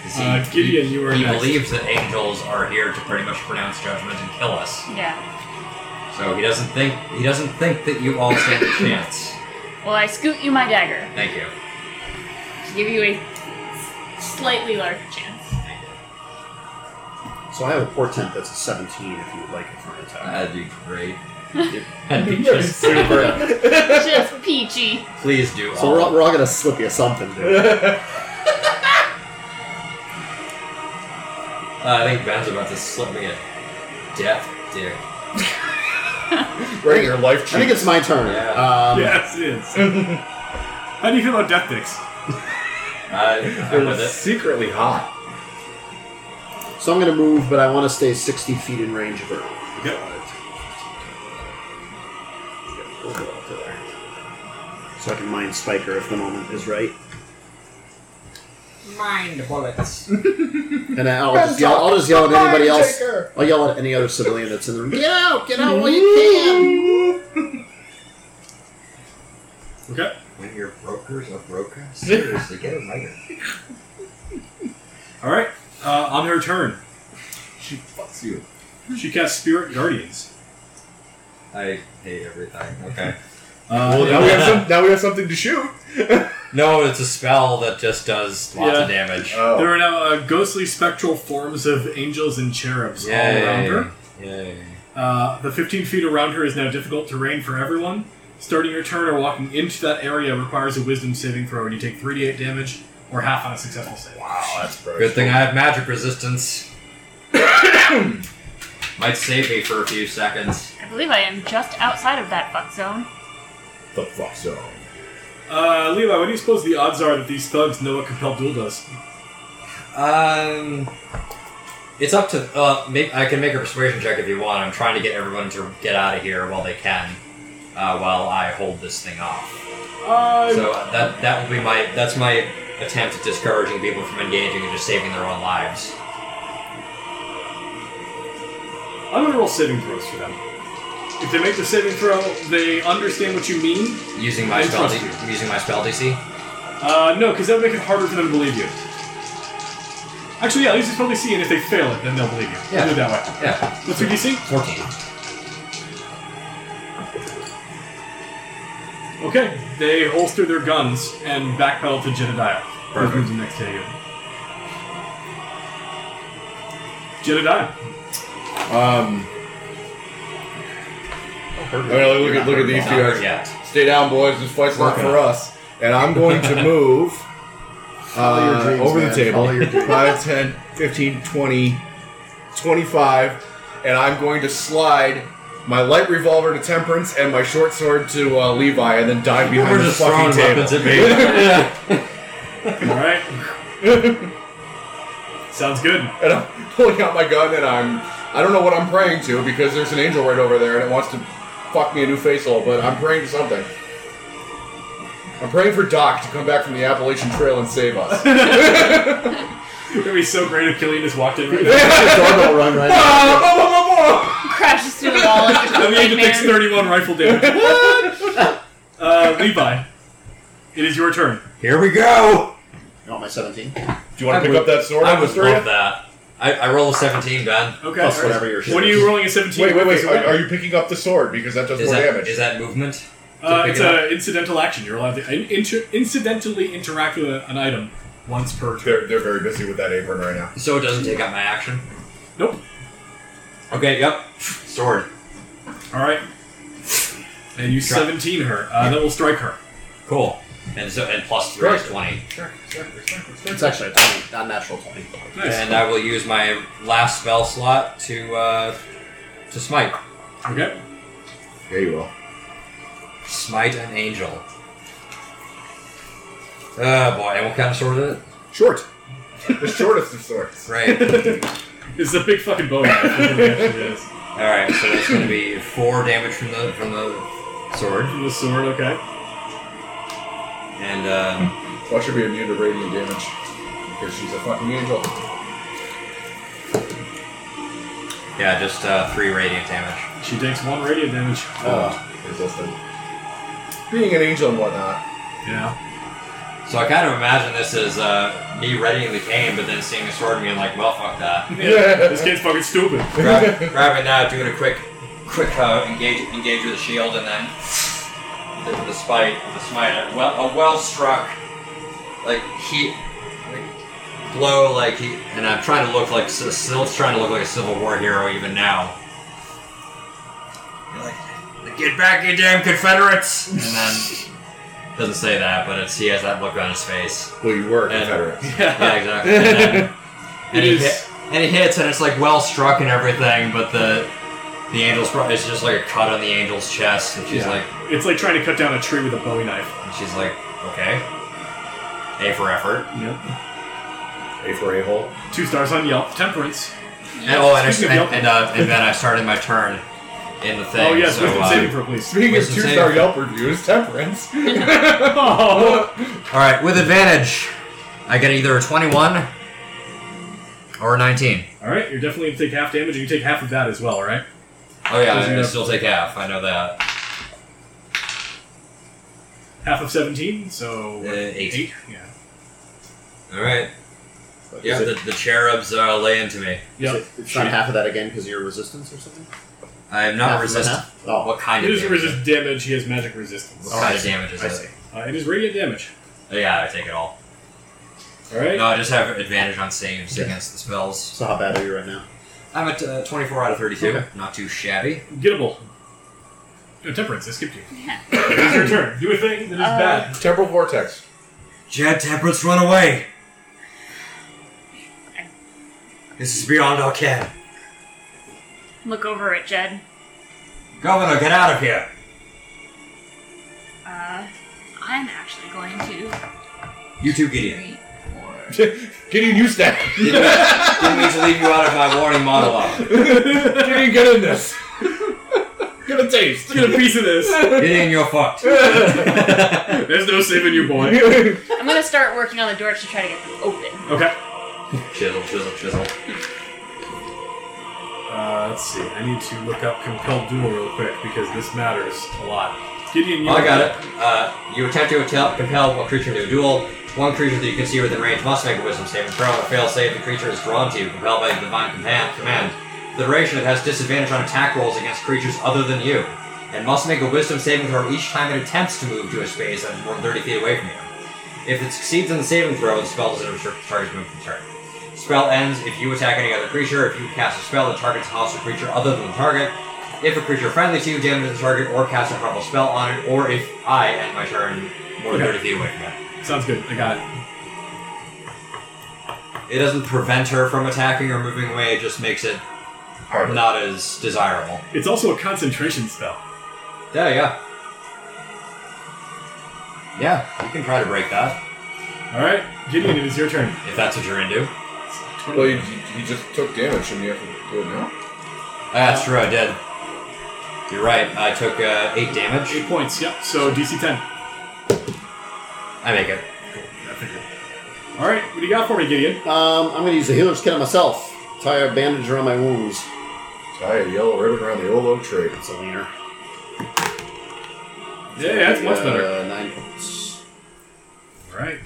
[SPEAKER 7] Is
[SPEAKER 3] Uh, Gideon, you are
[SPEAKER 7] He
[SPEAKER 3] next.
[SPEAKER 7] believes that angels are here to pretty much pronounce judgment and kill us.
[SPEAKER 4] yeah.
[SPEAKER 7] So he doesn't think he doesn't think that you all stand a chance.
[SPEAKER 4] Well, I scoot you my dagger
[SPEAKER 7] Thank you.
[SPEAKER 4] to give you a slightly larger chance.
[SPEAKER 7] Thank you.
[SPEAKER 6] So I have a portent that's a 17 if you would like it for an attack.
[SPEAKER 7] That'd be great. That'd be just
[SPEAKER 6] Super.
[SPEAKER 4] Just peachy.
[SPEAKER 7] Please do.
[SPEAKER 6] so we're all, we're all gonna slip you something, dude.
[SPEAKER 7] Uh, I think Ben's about to slip me a death dick.
[SPEAKER 5] Right in your life
[SPEAKER 6] I think
[SPEAKER 5] cheat.
[SPEAKER 6] it's my turn.
[SPEAKER 7] Yeah.
[SPEAKER 6] Um,
[SPEAKER 3] yes, it is. How do you feel about death dicks?
[SPEAKER 7] I, Uh, I'm with it.
[SPEAKER 5] secretly hot.
[SPEAKER 6] So I'm gonna move, but I want to stay 60 feet in range of her.
[SPEAKER 3] Okay.
[SPEAKER 6] We'll go up to there. So I can mind spike her if the moment is right.
[SPEAKER 7] Mind bullets.
[SPEAKER 6] And I'll just yell. I'll just yell at anybody else. I'll yell at any other civilian that's in the room. Get out! Get out while you can.
[SPEAKER 3] Okay.
[SPEAKER 7] When you're brokers of brokers, seriously, get it right.
[SPEAKER 3] All right. Uh, on her turn,
[SPEAKER 5] She fucks you.
[SPEAKER 3] she casts Spirit Guardians.
[SPEAKER 7] I hate everything. Okay.
[SPEAKER 3] Uh,
[SPEAKER 5] Well, now we have some, now we have something to shoot.
[SPEAKER 7] No, it's a spell that just does lots of damage.
[SPEAKER 5] Oh.
[SPEAKER 3] There are now uh, ghostly spectral forms of angels and cherubs all around her.
[SPEAKER 7] Yay.
[SPEAKER 3] Uh, the 15 feet around her is now difficult terrain for everyone. Starting your turn or walking into that area requires a wisdom saving throw, and you take 3d8 damage or half on a successful save.
[SPEAKER 5] Wow, Oh, that's gross.
[SPEAKER 7] Good thing I have magic resistance. Might save me for a few seconds.
[SPEAKER 4] I believe I am just outside of that fuck zone.
[SPEAKER 5] the fuck zone.
[SPEAKER 3] Uh, Levi, what do you suppose the odds are that these thugs know what Compel Duel does?
[SPEAKER 7] Um, it's up to. Uh, make, I can make a persuasion check if you want. I'm trying to get everyone to get out of here while they can, uh, while I hold this thing off.
[SPEAKER 3] Uh,
[SPEAKER 7] So that that will be my. That's my attempt at discouraging people from engaging and just saving their own lives.
[SPEAKER 3] I'm going to roll saving throws for them. If they make the saving throw, they understand what you mean.
[SPEAKER 7] Using my
[SPEAKER 3] I
[SPEAKER 7] spell.
[SPEAKER 3] trust
[SPEAKER 7] D- using my spell DC.
[SPEAKER 3] Uh, no, because that would make it harder for them to believe you. Actually, yeah, at least it's probably see, and if they fail it, then they'll believe you.
[SPEAKER 7] Yeah.
[SPEAKER 3] Do it that way.
[SPEAKER 7] Yeah,
[SPEAKER 3] What's your DC?
[SPEAKER 7] fourteen.
[SPEAKER 3] Okay, they holster their guns and backpedal to Jedediah. who's
[SPEAKER 7] Perfect.
[SPEAKER 3] moved next to you. Jedediah.
[SPEAKER 5] Um, I'm gonna look at look at these two
[SPEAKER 7] Not
[SPEAKER 5] guys.
[SPEAKER 7] yet.
[SPEAKER 5] Stay down, boys. This fight's not for us. And I'm going to move
[SPEAKER 6] Follow your
[SPEAKER 5] uh,
[SPEAKER 6] dreams,
[SPEAKER 5] over
[SPEAKER 6] man.
[SPEAKER 5] the table.
[SPEAKER 6] Follow your dreams.
[SPEAKER 5] 5, 10, 15, 20, 25. And I'm going to slide my light revolver to Temperance and my short sword to uh, Levi and then dive behind
[SPEAKER 7] We're
[SPEAKER 5] the
[SPEAKER 7] just
[SPEAKER 5] fucking
[SPEAKER 7] throwing
[SPEAKER 5] table.
[SPEAKER 7] weapons at me.
[SPEAKER 3] Alright. Sounds good.
[SPEAKER 5] and I'm pulling out my gun and I'm I don't know what I'm praying to because there's an angel right over there and it wants to fuck me a new face hole, but I'm praying to something. I'm praying for Doc to come back from the Appalachian Trail and save us.
[SPEAKER 3] It would be so great if Killian just walked in right now.
[SPEAKER 6] Doorbell run right. now.
[SPEAKER 4] Crashes through the wall like a
[SPEAKER 3] I mean, it takes
[SPEAKER 4] nightmare.
[SPEAKER 3] 31 rifle damage. What? Uh, Levi, it is your turn.
[SPEAKER 7] Here we go.
[SPEAKER 6] Not Oh, my seventeen.
[SPEAKER 5] Do you want to pick up that sword?
[SPEAKER 7] I would
[SPEAKER 5] Astoria?
[SPEAKER 7] love that. I, I roll a 17, Ben.
[SPEAKER 3] Okay.
[SPEAKER 7] Plus
[SPEAKER 3] alright.
[SPEAKER 7] whatever your
[SPEAKER 3] What are you rolling a 17?
[SPEAKER 5] Wait, wait, wait. Are, are you picking up the sword because that does
[SPEAKER 7] Is
[SPEAKER 5] more
[SPEAKER 7] that,
[SPEAKER 5] damage?
[SPEAKER 7] is that movement?
[SPEAKER 3] Uh,
[SPEAKER 7] To pick
[SPEAKER 3] it's
[SPEAKER 7] it up?
[SPEAKER 3] an incidental action. You're allowed to in- inter- incidentally interact with a- an item once per turn.
[SPEAKER 5] they're, they're very busy with that apron right now.
[SPEAKER 7] So it doesn't take out my action.
[SPEAKER 3] Nope.
[SPEAKER 7] Okay, yep. Sword.
[SPEAKER 3] All right. And you
[SPEAKER 7] Strike.
[SPEAKER 3] 17 her. Uh, that will strike her.
[SPEAKER 7] Cool. And so and plus three is
[SPEAKER 5] Strike.
[SPEAKER 7] 20.
[SPEAKER 6] It's actually a twenty, not natural twenty.
[SPEAKER 3] Nice.
[SPEAKER 7] And I will use my last spell slot to uh, to smite.
[SPEAKER 3] okay.
[SPEAKER 5] Yeah, you will.
[SPEAKER 7] Smite an angel. Oh boy, and what kind of sword is it?
[SPEAKER 5] Short. the shortest of swords.
[SPEAKER 7] Right.
[SPEAKER 3] It's a big fucking bow knife. is what it actually is.
[SPEAKER 7] Alright, so that's gonna be four damage from the from the sword.
[SPEAKER 3] From the sword, okay.
[SPEAKER 7] And um,
[SPEAKER 5] Well, should be immune to radiant damage because she's a fucking angel.
[SPEAKER 7] yeah, just uh, three radiant damage.
[SPEAKER 3] She takes one radiant damage.
[SPEAKER 5] Uh, resistant. Being an angel and whatnot.
[SPEAKER 3] Yeah.
[SPEAKER 7] So I kind of imagine this as uh, me readying the cane, but then seeing a sword and being like, "Well, fuck that."
[SPEAKER 3] yeah. This kid's fucking stupid.
[SPEAKER 7] grab, grab it now, doing a quick, quick uh, engage, engage with the shield, and then the, the spite, the smite, a well, a well struck, like he, like, blow, like he. And I'm trying to look like s- still trying to look like a Civil War hero even now. You're like, get back, you damn Confederates! And then doesn't say that, but it's he has that look on his face.
[SPEAKER 5] Well, you were a
[SPEAKER 7] And-
[SPEAKER 5] Confederate.
[SPEAKER 7] Yeah, exactly. And, then- and he
[SPEAKER 3] It is-
[SPEAKER 7] hit, and he hits, and it's like well struck and everything, but the the angel's pro- it's just like a cut on the angel's chest, and she's
[SPEAKER 3] Yeah.
[SPEAKER 7] like,
[SPEAKER 3] It's like trying to cut down a tree with a bowie knife.
[SPEAKER 7] and she's like, okay, A for effort.
[SPEAKER 3] Yep.
[SPEAKER 5] A for a hole.
[SPEAKER 3] Two stars on Yelp. Temperance.
[SPEAKER 7] And, oh, and, I,
[SPEAKER 3] Speaking of Yelp-
[SPEAKER 7] and, and, uh, and then I started my turn in the thing.
[SPEAKER 3] oh yes,
[SPEAKER 7] so,
[SPEAKER 3] wisdom
[SPEAKER 7] uh,
[SPEAKER 3] saving throw, please.
[SPEAKER 5] Speaking of
[SPEAKER 7] Wisdom
[SPEAKER 5] two
[SPEAKER 7] save.
[SPEAKER 5] star Yelp reviews, temperance.
[SPEAKER 3] Oh.
[SPEAKER 7] all right, with advantage. I get either a 21 or a 19.
[SPEAKER 3] All right, you're definitely gonna take half damage, and you take half of that as well. All right.
[SPEAKER 7] Oh yeah,
[SPEAKER 3] Doesn't
[SPEAKER 7] I, I
[SPEAKER 3] have-
[SPEAKER 7] still take half. I know that.
[SPEAKER 3] Half of 17, so
[SPEAKER 7] Uh,
[SPEAKER 3] what,
[SPEAKER 7] eight.
[SPEAKER 3] Yeah.
[SPEAKER 7] All right. Yeah,
[SPEAKER 6] Is it-
[SPEAKER 7] the, the cherubs uh, lay into me.
[SPEAKER 3] Yeah.
[SPEAKER 6] is it- it's not half of that again because of your resistance or something.
[SPEAKER 7] I am not
[SPEAKER 6] Half of the
[SPEAKER 7] resistant.
[SPEAKER 6] half? Oh,
[SPEAKER 7] What kind
[SPEAKER 3] It
[SPEAKER 7] of
[SPEAKER 3] is
[SPEAKER 7] damage?
[SPEAKER 3] resist damage. He has magic resistance.
[SPEAKER 7] What kind of damage is
[SPEAKER 6] I
[SPEAKER 7] it?
[SPEAKER 6] see.
[SPEAKER 3] Uh, it is radiant damage.
[SPEAKER 7] Oh, yeah, I take it all.
[SPEAKER 3] All right.
[SPEAKER 7] No, I just have advantage on saves against the spells.
[SPEAKER 6] So how bad are you right now?
[SPEAKER 7] I'm at uh, 24 out of 32.
[SPEAKER 6] Okay.
[SPEAKER 7] Not too shabby.
[SPEAKER 3] Gettable. No, temperance. I skipped you.
[SPEAKER 4] Yeah.
[SPEAKER 3] it's your turn. Do a thing that is
[SPEAKER 4] Uh,
[SPEAKER 3] bad.
[SPEAKER 5] Temporal vortex.
[SPEAKER 7] Jad Temperance, run away!
[SPEAKER 4] Okay.
[SPEAKER 7] This is beyond our ken.
[SPEAKER 4] Look over at Jed.
[SPEAKER 7] Governor, get out of here!
[SPEAKER 4] Uh, I'm actually going to.
[SPEAKER 7] You too, Gideon.
[SPEAKER 4] Three, four.
[SPEAKER 5] Gideon, you stab.
[SPEAKER 7] Didn't mean, didn't mean to leave you out of my warning monologue.
[SPEAKER 5] Gideon, get in this. get a taste.
[SPEAKER 3] Get a piece of this.
[SPEAKER 7] Gideon, you're fucked.
[SPEAKER 3] There's no saving you, boy.
[SPEAKER 5] That's
[SPEAKER 4] I'm gonna start working on the doors to try to get them open.
[SPEAKER 3] Okay.
[SPEAKER 7] Chisel, chisel, chisel.
[SPEAKER 3] Uh, let's see. I need to look up compelled duel real quick because this matters a lot. Gideon, you
[SPEAKER 7] Well, Oh, I got it. Uh, you attempt to attempt, compel one creature to a duel. One creature that you can see within range must make a wisdom saving throw. If fail save, the creature is drawn to you, compelled by the divine compa- command. For the duration, it has disadvantage on attack rolls against creatures other than you, and must make a wisdom saving throw each time it attempts to move to a space that is more than 30 feet away from you. If it succeeds on the saving throw, the spell doesn't restrict the target's movement turn. Spell ends if you attack any other creature. If you cast a spell that targets a hostile creature other than the target, if a creature friendly to you damages the target or casts a harmful spell on it, or if I end my turn more than
[SPEAKER 3] Okay.
[SPEAKER 7] 30 feet away from it.
[SPEAKER 3] Sounds good. I got it.
[SPEAKER 7] It doesn't prevent her from attacking or moving away, it just makes it not as desirable.
[SPEAKER 3] It's also a concentration spell.
[SPEAKER 7] Yeah, yeah. Yeah, you can try to break that,
[SPEAKER 3] All right, Gideon, it is your turn.
[SPEAKER 7] if that's what you're into.
[SPEAKER 5] Well, you, you just took damage, and you have to do it now.
[SPEAKER 7] Ah, that's true, I did. You're right, I took uh, 8 damage.
[SPEAKER 3] Eight points. Yep. So DC 10.
[SPEAKER 7] I make it.
[SPEAKER 3] I figured. All right, what do you got for me, Gideon?
[SPEAKER 6] Um, I'm gonna use a healer's kit on myself. Tie a bandage around my wounds.
[SPEAKER 5] Tie a yellow ribbon around the old oak tree.
[SPEAKER 6] It's a wiener.
[SPEAKER 3] Yeah, yeah, that's much
[SPEAKER 6] Uh,
[SPEAKER 3] better.
[SPEAKER 6] Nine points,
[SPEAKER 3] All right.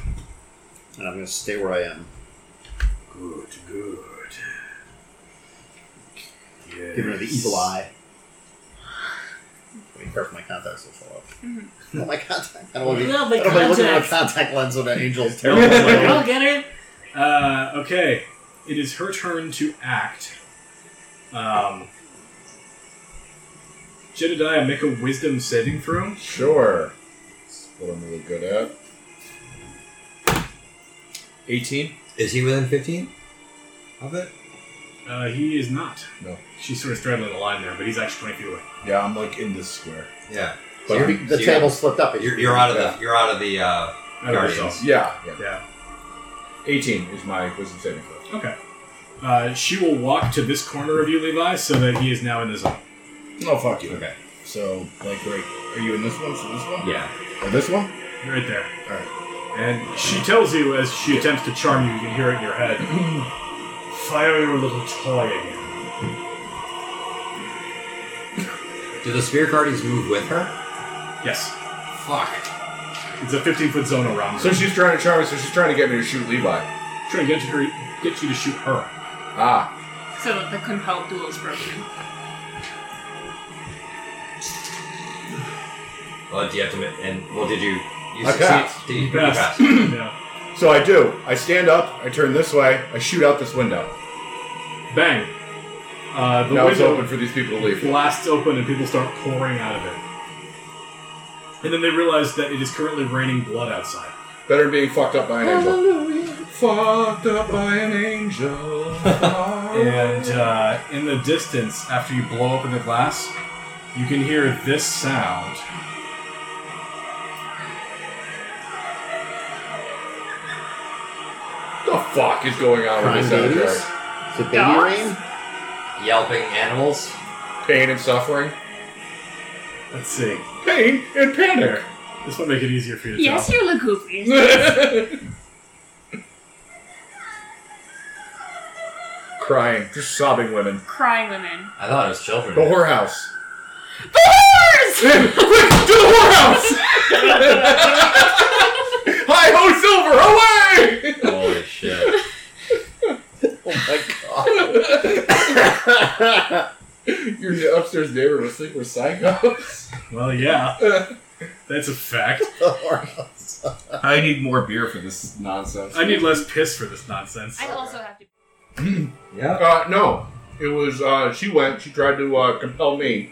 [SPEAKER 6] and I'm gonna stay where I am.
[SPEAKER 3] Good, good. Yes.
[SPEAKER 6] Giving her the evil eye. Be careful, my contacts will fall off. Oh my contact! I don't want to be.
[SPEAKER 9] Love my
[SPEAKER 6] I don't wanna be looking at my
[SPEAKER 9] contacts.
[SPEAKER 6] contact lens when an angel's
[SPEAKER 3] Oh,
[SPEAKER 6] terrible.
[SPEAKER 9] I'll get it.
[SPEAKER 3] Uh, okay, it is her turn to act. Um, Jedediah, make a wisdom saving throw.
[SPEAKER 5] Sure. That's what I'm really good at.
[SPEAKER 7] 18? Is he within 15 of it?
[SPEAKER 3] Uh, he is not.
[SPEAKER 5] No.
[SPEAKER 3] She's sort of straddling the line there, but he's actually 20 feet away.
[SPEAKER 5] Yeah, I'm like in this square.
[SPEAKER 7] Yeah.
[SPEAKER 6] So you're- the
[SPEAKER 7] So you're-
[SPEAKER 6] table slipped up.
[SPEAKER 7] You're, you're out of the, you're out of the, uh,
[SPEAKER 3] Out of her
[SPEAKER 7] Guardians.
[SPEAKER 3] zone.
[SPEAKER 5] Yeah, yeah.
[SPEAKER 3] Yeah.
[SPEAKER 5] 18 is my wisdom saving throw.
[SPEAKER 3] Okay. Uh, she will walk to this corner of you, Levi, so that he is now in the zone.
[SPEAKER 5] Oh, fuck you.
[SPEAKER 7] Okay.
[SPEAKER 5] So, like, right, are you in this one? So this one?
[SPEAKER 7] yeah.
[SPEAKER 5] Or this one?
[SPEAKER 3] Right there.
[SPEAKER 5] All right.
[SPEAKER 3] And she tells you as she attempts to charm you, you can hear it in your head. Fire your little toy again.
[SPEAKER 7] Do the spear guardians move with her?
[SPEAKER 3] Yes.
[SPEAKER 7] Fuck.
[SPEAKER 3] It's a 15 foot zone around. her.
[SPEAKER 5] So she's trying to charm me, so she's trying to get me to shoot Levi.
[SPEAKER 3] trying to get you, get you to shoot her.
[SPEAKER 5] Ah.
[SPEAKER 4] So the compelled duel is broken.
[SPEAKER 7] Well, do you have to? ma- And well, did you? You
[SPEAKER 5] I
[SPEAKER 7] succeed.
[SPEAKER 5] passed.
[SPEAKER 7] Did you, you
[SPEAKER 3] Passed.
[SPEAKER 7] passed.
[SPEAKER 3] yeah.
[SPEAKER 5] So I do. I stand up, I turn this way, I shoot out this window.
[SPEAKER 3] Bang. Uh, the
[SPEAKER 5] now it's
[SPEAKER 3] window
[SPEAKER 5] open for these people to leave.
[SPEAKER 3] blasts open and people start pouring out of it. And then they realize that it is currently raining blood outside.
[SPEAKER 5] Better than being fucked up by an angel. Fucked up by an angel.
[SPEAKER 3] And uh, in the distance, after you blow open the glass, you can hear this sound.
[SPEAKER 5] the fuck is going on
[SPEAKER 6] Crying
[SPEAKER 5] with
[SPEAKER 6] babies?
[SPEAKER 5] this
[SPEAKER 6] Is
[SPEAKER 5] soundtrack?
[SPEAKER 6] it baby
[SPEAKER 4] Dogs?
[SPEAKER 6] rain?
[SPEAKER 7] Yelping animals.
[SPEAKER 5] Pain and suffering.
[SPEAKER 3] Let's see.
[SPEAKER 5] Pain and panic.
[SPEAKER 3] This will make it easier for you to
[SPEAKER 4] Yes,
[SPEAKER 3] tell.
[SPEAKER 4] you're lugubrious.
[SPEAKER 5] That's crying, just sobbing women.
[SPEAKER 4] Crying women.
[SPEAKER 7] I thought it was children.
[SPEAKER 5] The whorehouse.
[SPEAKER 4] Whores!
[SPEAKER 5] Quick, to the whorehouse! Hi ho, silver, away!
[SPEAKER 7] Holy shit.
[SPEAKER 5] Your upstairs neighbor was sleeping with psychos.
[SPEAKER 3] Well, yeah. That's a fact.
[SPEAKER 5] I need more beer for this nonsense.
[SPEAKER 3] I need less piss for this nonsense.
[SPEAKER 4] I also have to.
[SPEAKER 7] Yeah.
[SPEAKER 5] Uh, no, it was uh, she went. She tried to uh, compel me.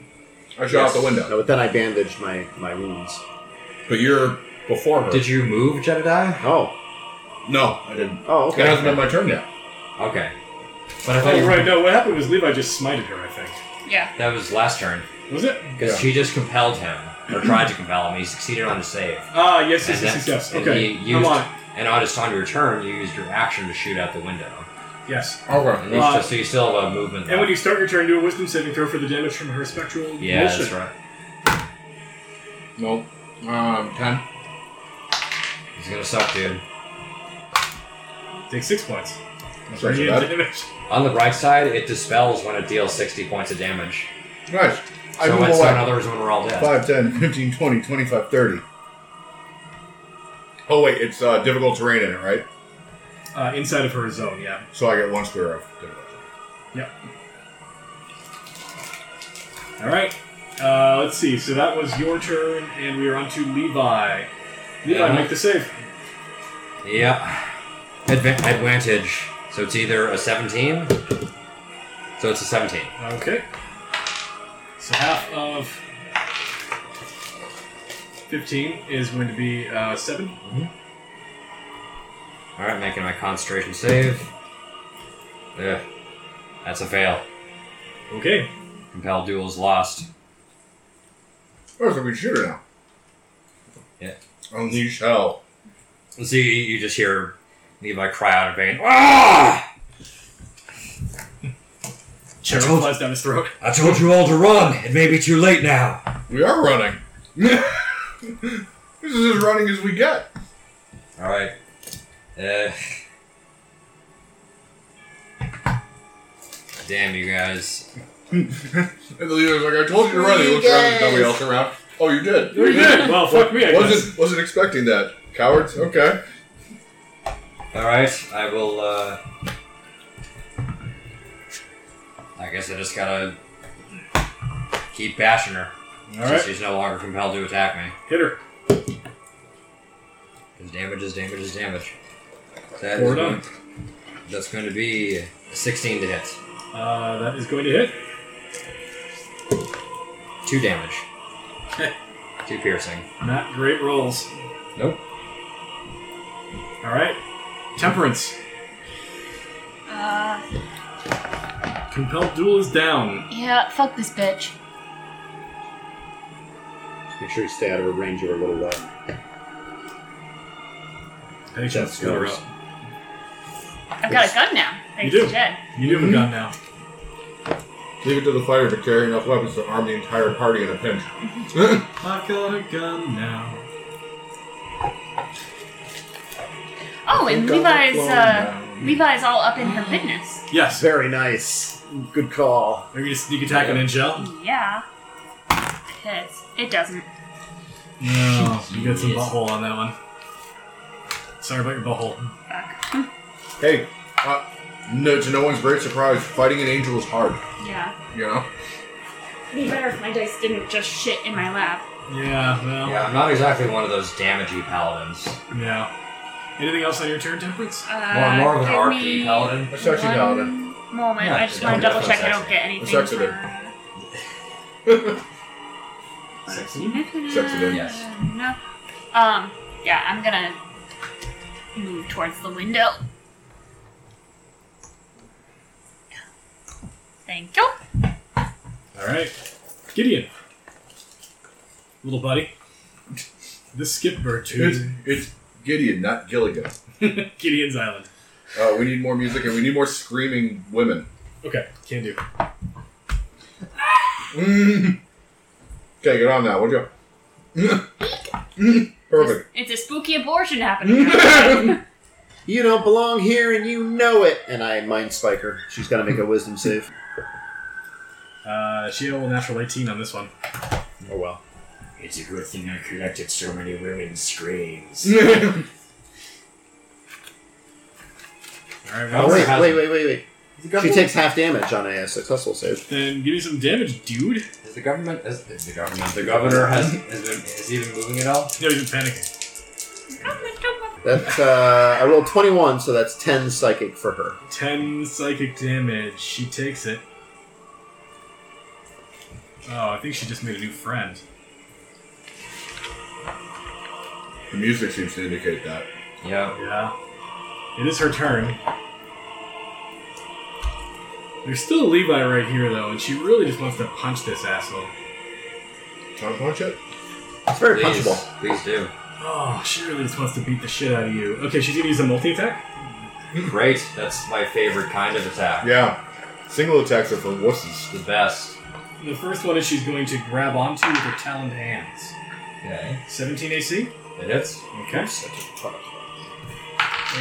[SPEAKER 5] I shot out the window.
[SPEAKER 6] No, but then I bandaged my, my wounds.
[SPEAKER 5] But you're before her.
[SPEAKER 7] Did you move, Jedediah?
[SPEAKER 6] Oh.
[SPEAKER 5] No, I didn't.
[SPEAKER 6] Oh,
[SPEAKER 5] It
[SPEAKER 6] okay.
[SPEAKER 5] hasn't been my turn yet.
[SPEAKER 7] Okay. But I thought
[SPEAKER 3] Oh,
[SPEAKER 7] you
[SPEAKER 3] right, no, what happened was Levi just smited her, I think.
[SPEAKER 4] Yeah.
[SPEAKER 7] That was last turn.
[SPEAKER 3] Was it?
[SPEAKER 7] Because she just compelled him, or tried to compel him. He succeeded on the save.
[SPEAKER 3] Ah, yes, yes,
[SPEAKER 7] And
[SPEAKER 3] yes, yes,
[SPEAKER 7] that's-
[SPEAKER 3] yes.
[SPEAKER 7] and
[SPEAKER 3] Okay,
[SPEAKER 7] he
[SPEAKER 3] I'm
[SPEAKER 7] used-
[SPEAKER 3] on it.
[SPEAKER 7] And on his time to return, you used your action to shoot out the window.
[SPEAKER 3] Yes.
[SPEAKER 5] Okay.
[SPEAKER 7] And you
[SPEAKER 3] Uh,
[SPEAKER 7] still, so you still have a movement
[SPEAKER 3] And when
[SPEAKER 7] left.
[SPEAKER 3] you start your turn, do a wisdom saving throw for the damage from her spectral
[SPEAKER 7] Yeah,
[SPEAKER 3] emulsion.
[SPEAKER 7] that's right.
[SPEAKER 5] Nope. Um, ten.
[SPEAKER 7] He's gonna suck, dude.
[SPEAKER 3] Take six points.
[SPEAKER 5] That's not so
[SPEAKER 3] Radiant
[SPEAKER 5] bad.
[SPEAKER 3] damage.
[SPEAKER 7] On the bright side, it dispels when it deals 60 points of damage.
[SPEAKER 5] Nice. I
[SPEAKER 7] so
[SPEAKER 5] move
[SPEAKER 7] when
[SPEAKER 5] away.
[SPEAKER 7] someone others when we're all dead.
[SPEAKER 5] 5, 10, 15, 20, 25, 30. Oh, wait, it's uh, difficult terrain in it, right?
[SPEAKER 3] Uh, inside of her zone, yeah.
[SPEAKER 5] So I get one square of difficult terrain.
[SPEAKER 3] All right. Uh, let's see. So that was your turn, and we are on to Levi. Levi,
[SPEAKER 7] Yeah.
[SPEAKER 3] make the save.
[SPEAKER 7] Yeah. Adva- advantage. So it's either a 17. So it's a 17.
[SPEAKER 3] Okay. So half of 15 is going to be uh, 7.
[SPEAKER 7] Alright, making my concentration save. Yeah. That's a fail.
[SPEAKER 3] Okay.
[SPEAKER 7] Compel duel is lost.
[SPEAKER 5] Oh, so we can shoot her now.
[SPEAKER 7] Yeah.
[SPEAKER 5] Unleash hell.
[SPEAKER 7] See, you just hear Levi cry out in pain. Ah!
[SPEAKER 3] Cheryl flies down his throat.
[SPEAKER 7] I told you all to run. It may be too late now.
[SPEAKER 5] We are running. this is as running as we get.
[SPEAKER 7] All right. Uh, damn you guys.
[SPEAKER 5] And the leader's like, I told you to run. He looks around at nobody else around. Oh, you did.
[SPEAKER 3] You did. Well, fuck me, I
[SPEAKER 5] Wasn't, wasn't expecting that. Cowards? Okay.
[SPEAKER 7] All right, I will. Uh, I guess I just gotta keep bashing her
[SPEAKER 3] All
[SPEAKER 7] since
[SPEAKER 3] right.
[SPEAKER 7] she's no longer compelled to attack me.
[SPEAKER 3] Hit her.
[SPEAKER 7] Because damage is damage is damage. That
[SPEAKER 3] Four
[SPEAKER 7] is going-
[SPEAKER 3] done.
[SPEAKER 7] that's going to be 16 to hit.
[SPEAKER 3] Uh, that is going to hit.
[SPEAKER 7] Two damage. Two piercing.
[SPEAKER 3] Not great rolls.
[SPEAKER 7] Nope.
[SPEAKER 3] All right. Temperance.
[SPEAKER 4] Uh,
[SPEAKER 3] Compelled duel is down.
[SPEAKER 4] yeah, fuck this bitch.
[SPEAKER 6] Make sure you stay out of a range of a little uh, way.
[SPEAKER 3] Patience.
[SPEAKER 6] That's
[SPEAKER 3] score
[SPEAKER 6] yours.
[SPEAKER 3] up.
[SPEAKER 4] I've got a gun now. Thanks
[SPEAKER 3] You do.
[SPEAKER 4] to Jed.
[SPEAKER 3] You do have a gun now.
[SPEAKER 5] Leave it to the fighter to carry enough weapons to arm the entire party in a pinch.
[SPEAKER 3] I've got a gun now.
[SPEAKER 4] Oh, and Levi's uh, Levi's all up in her business.
[SPEAKER 3] Yes.
[SPEAKER 6] Very nice. Good call.
[SPEAKER 3] Are you gonna sneak attack on Angel?
[SPEAKER 4] Yeah. Hits. It doesn't.
[SPEAKER 3] No. You got some butthole on that one. Sorry about your butthole.
[SPEAKER 4] Fuck.
[SPEAKER 5] Hey, uh, no, to no one's great surprise, fighting an angel is hard.
[SPEAKER 4] yeah.
[SPEAKER 5] You know,
[SPEAKER 4] Be better if my dice didn't just shit in my lap.
[SPEAKER 3] Yeah. Well.
[SPEAKER 7] Yeah, I'm not exactly one of those damagey paladins.
[SPEAKER 3] Yeah. Anything else on your turn, Temperance?
[SPEAKER 4] Uh,
[SPEAKER 7] More, more of an
[SPEAKER 4] give
[SPEAKER 7] RP
[SPEAKER 4] me
[SPEAKER 7] paladin.
[SPEAKER 5] a sexy
[SPEAKER 4] one
[SPEAKER 5] paladin.
[SPEAKER 4] Moment.
[SPEAKER 7] Yeah,
[SPEAKER 4] I just
[SPEAKER 7] it's
[SPEAKER 4] want to
[SPEAKER 7] definitely
[SPEAKER 4] double check I
[SPEAKER 7] sexy.
[SPEAKER 4] don't get anything.
[SPEAKER 5] sexy dude.
[SPEAKER 4] for-
[SPEAKER 3] Sexy.
[SPEAKER 5] Sexy dude.
[SPEAKER 7] Yes.
[SPEAKER 4] No. Um. Yeah, I'm gonna move towards the window. Thank you.
[SPEAKER 3] All right. Gideon. Little buddy. This skip bird
[SPEAKER 5] It's,
[SPEAKER 3] too.
[SPEAKER 5] it's Gideon, not Gilligan.
[SPEAKER 3] Gideon's Island.
[SPEAKER 5] Uh, we need more music and we need more screaming women.
[SPEAKER 3] Okay. Can do.
[SPEAKER 5] Mm. Okay, get on that, would you? Mm, Perfect.
[SPEAKER 4] It's a spooky abortion happening.
[SPEAKER 6] You don't belong here, and you know it. And I mind spike her. She's got to make a wisdom save.
[SPEAKER 3] Uh, she had a little natural 18 on this one. Oh well.
[SPEAKER 9] It's a good thing I collected so many women's
[SPEAKER 6] Oh, Mm,
[SPEAKER 9] screams.
[SPEAKER 3] All right,
[SPEAKER 6] Oh,
[SPEAKER 3] well,
[SPEAKER 6] wait,
[SPEAKER 3] that's-
[SPEAKER 6] wait, wait, wait, wait. She takes half damage on a successful save.
[SPEAKER 3] Then give me some damage, dude.
[SPEAKER 7] Is the government? Is, is the government? The governor has, has been, is he even moving at all?
[SPEAKER 3] No, he's been panicking.
[SPEAKER 6] That's uh, I rolled twenty-one, so that's ten psychic for her.
[SPEAKER 3] 10 psychic damage. She takes it. Oh, I think she just made a new friend.
[SPEAKER 5] The music seems to indicate that.
[SPEAKER 7] Yeah.
[SPEAKER 3] Yeah. It is her turn. There's still Levi right here, though, and she really just wants to punch this asshole.
[SPEAKER 5] Can I punch it?
[SPEAKER 6] It's very
[SPEAKER 7] Please,
[SPEAKER 6] punchable.
[SPEAKER 7] please do.
[SPEAKER 3] Oh, she really just wants to beat the shit out of you. Okay, she's gonna use a multi attack.
[SPEAKER 7] Great. That's my favorite kind of attack.
[SPEAKER 5] Yeah. Single attacks are for wusses.
[SPEAKER 7] The best.
[SPEAKER 3] The first one is she's going to grab onto with her taloned hands.
[SPEAKER 7] Okay.
[SPEAKER 3] 17 AC.
[SPEAKER 7] It hits.
[SPEAKER 3] Okay.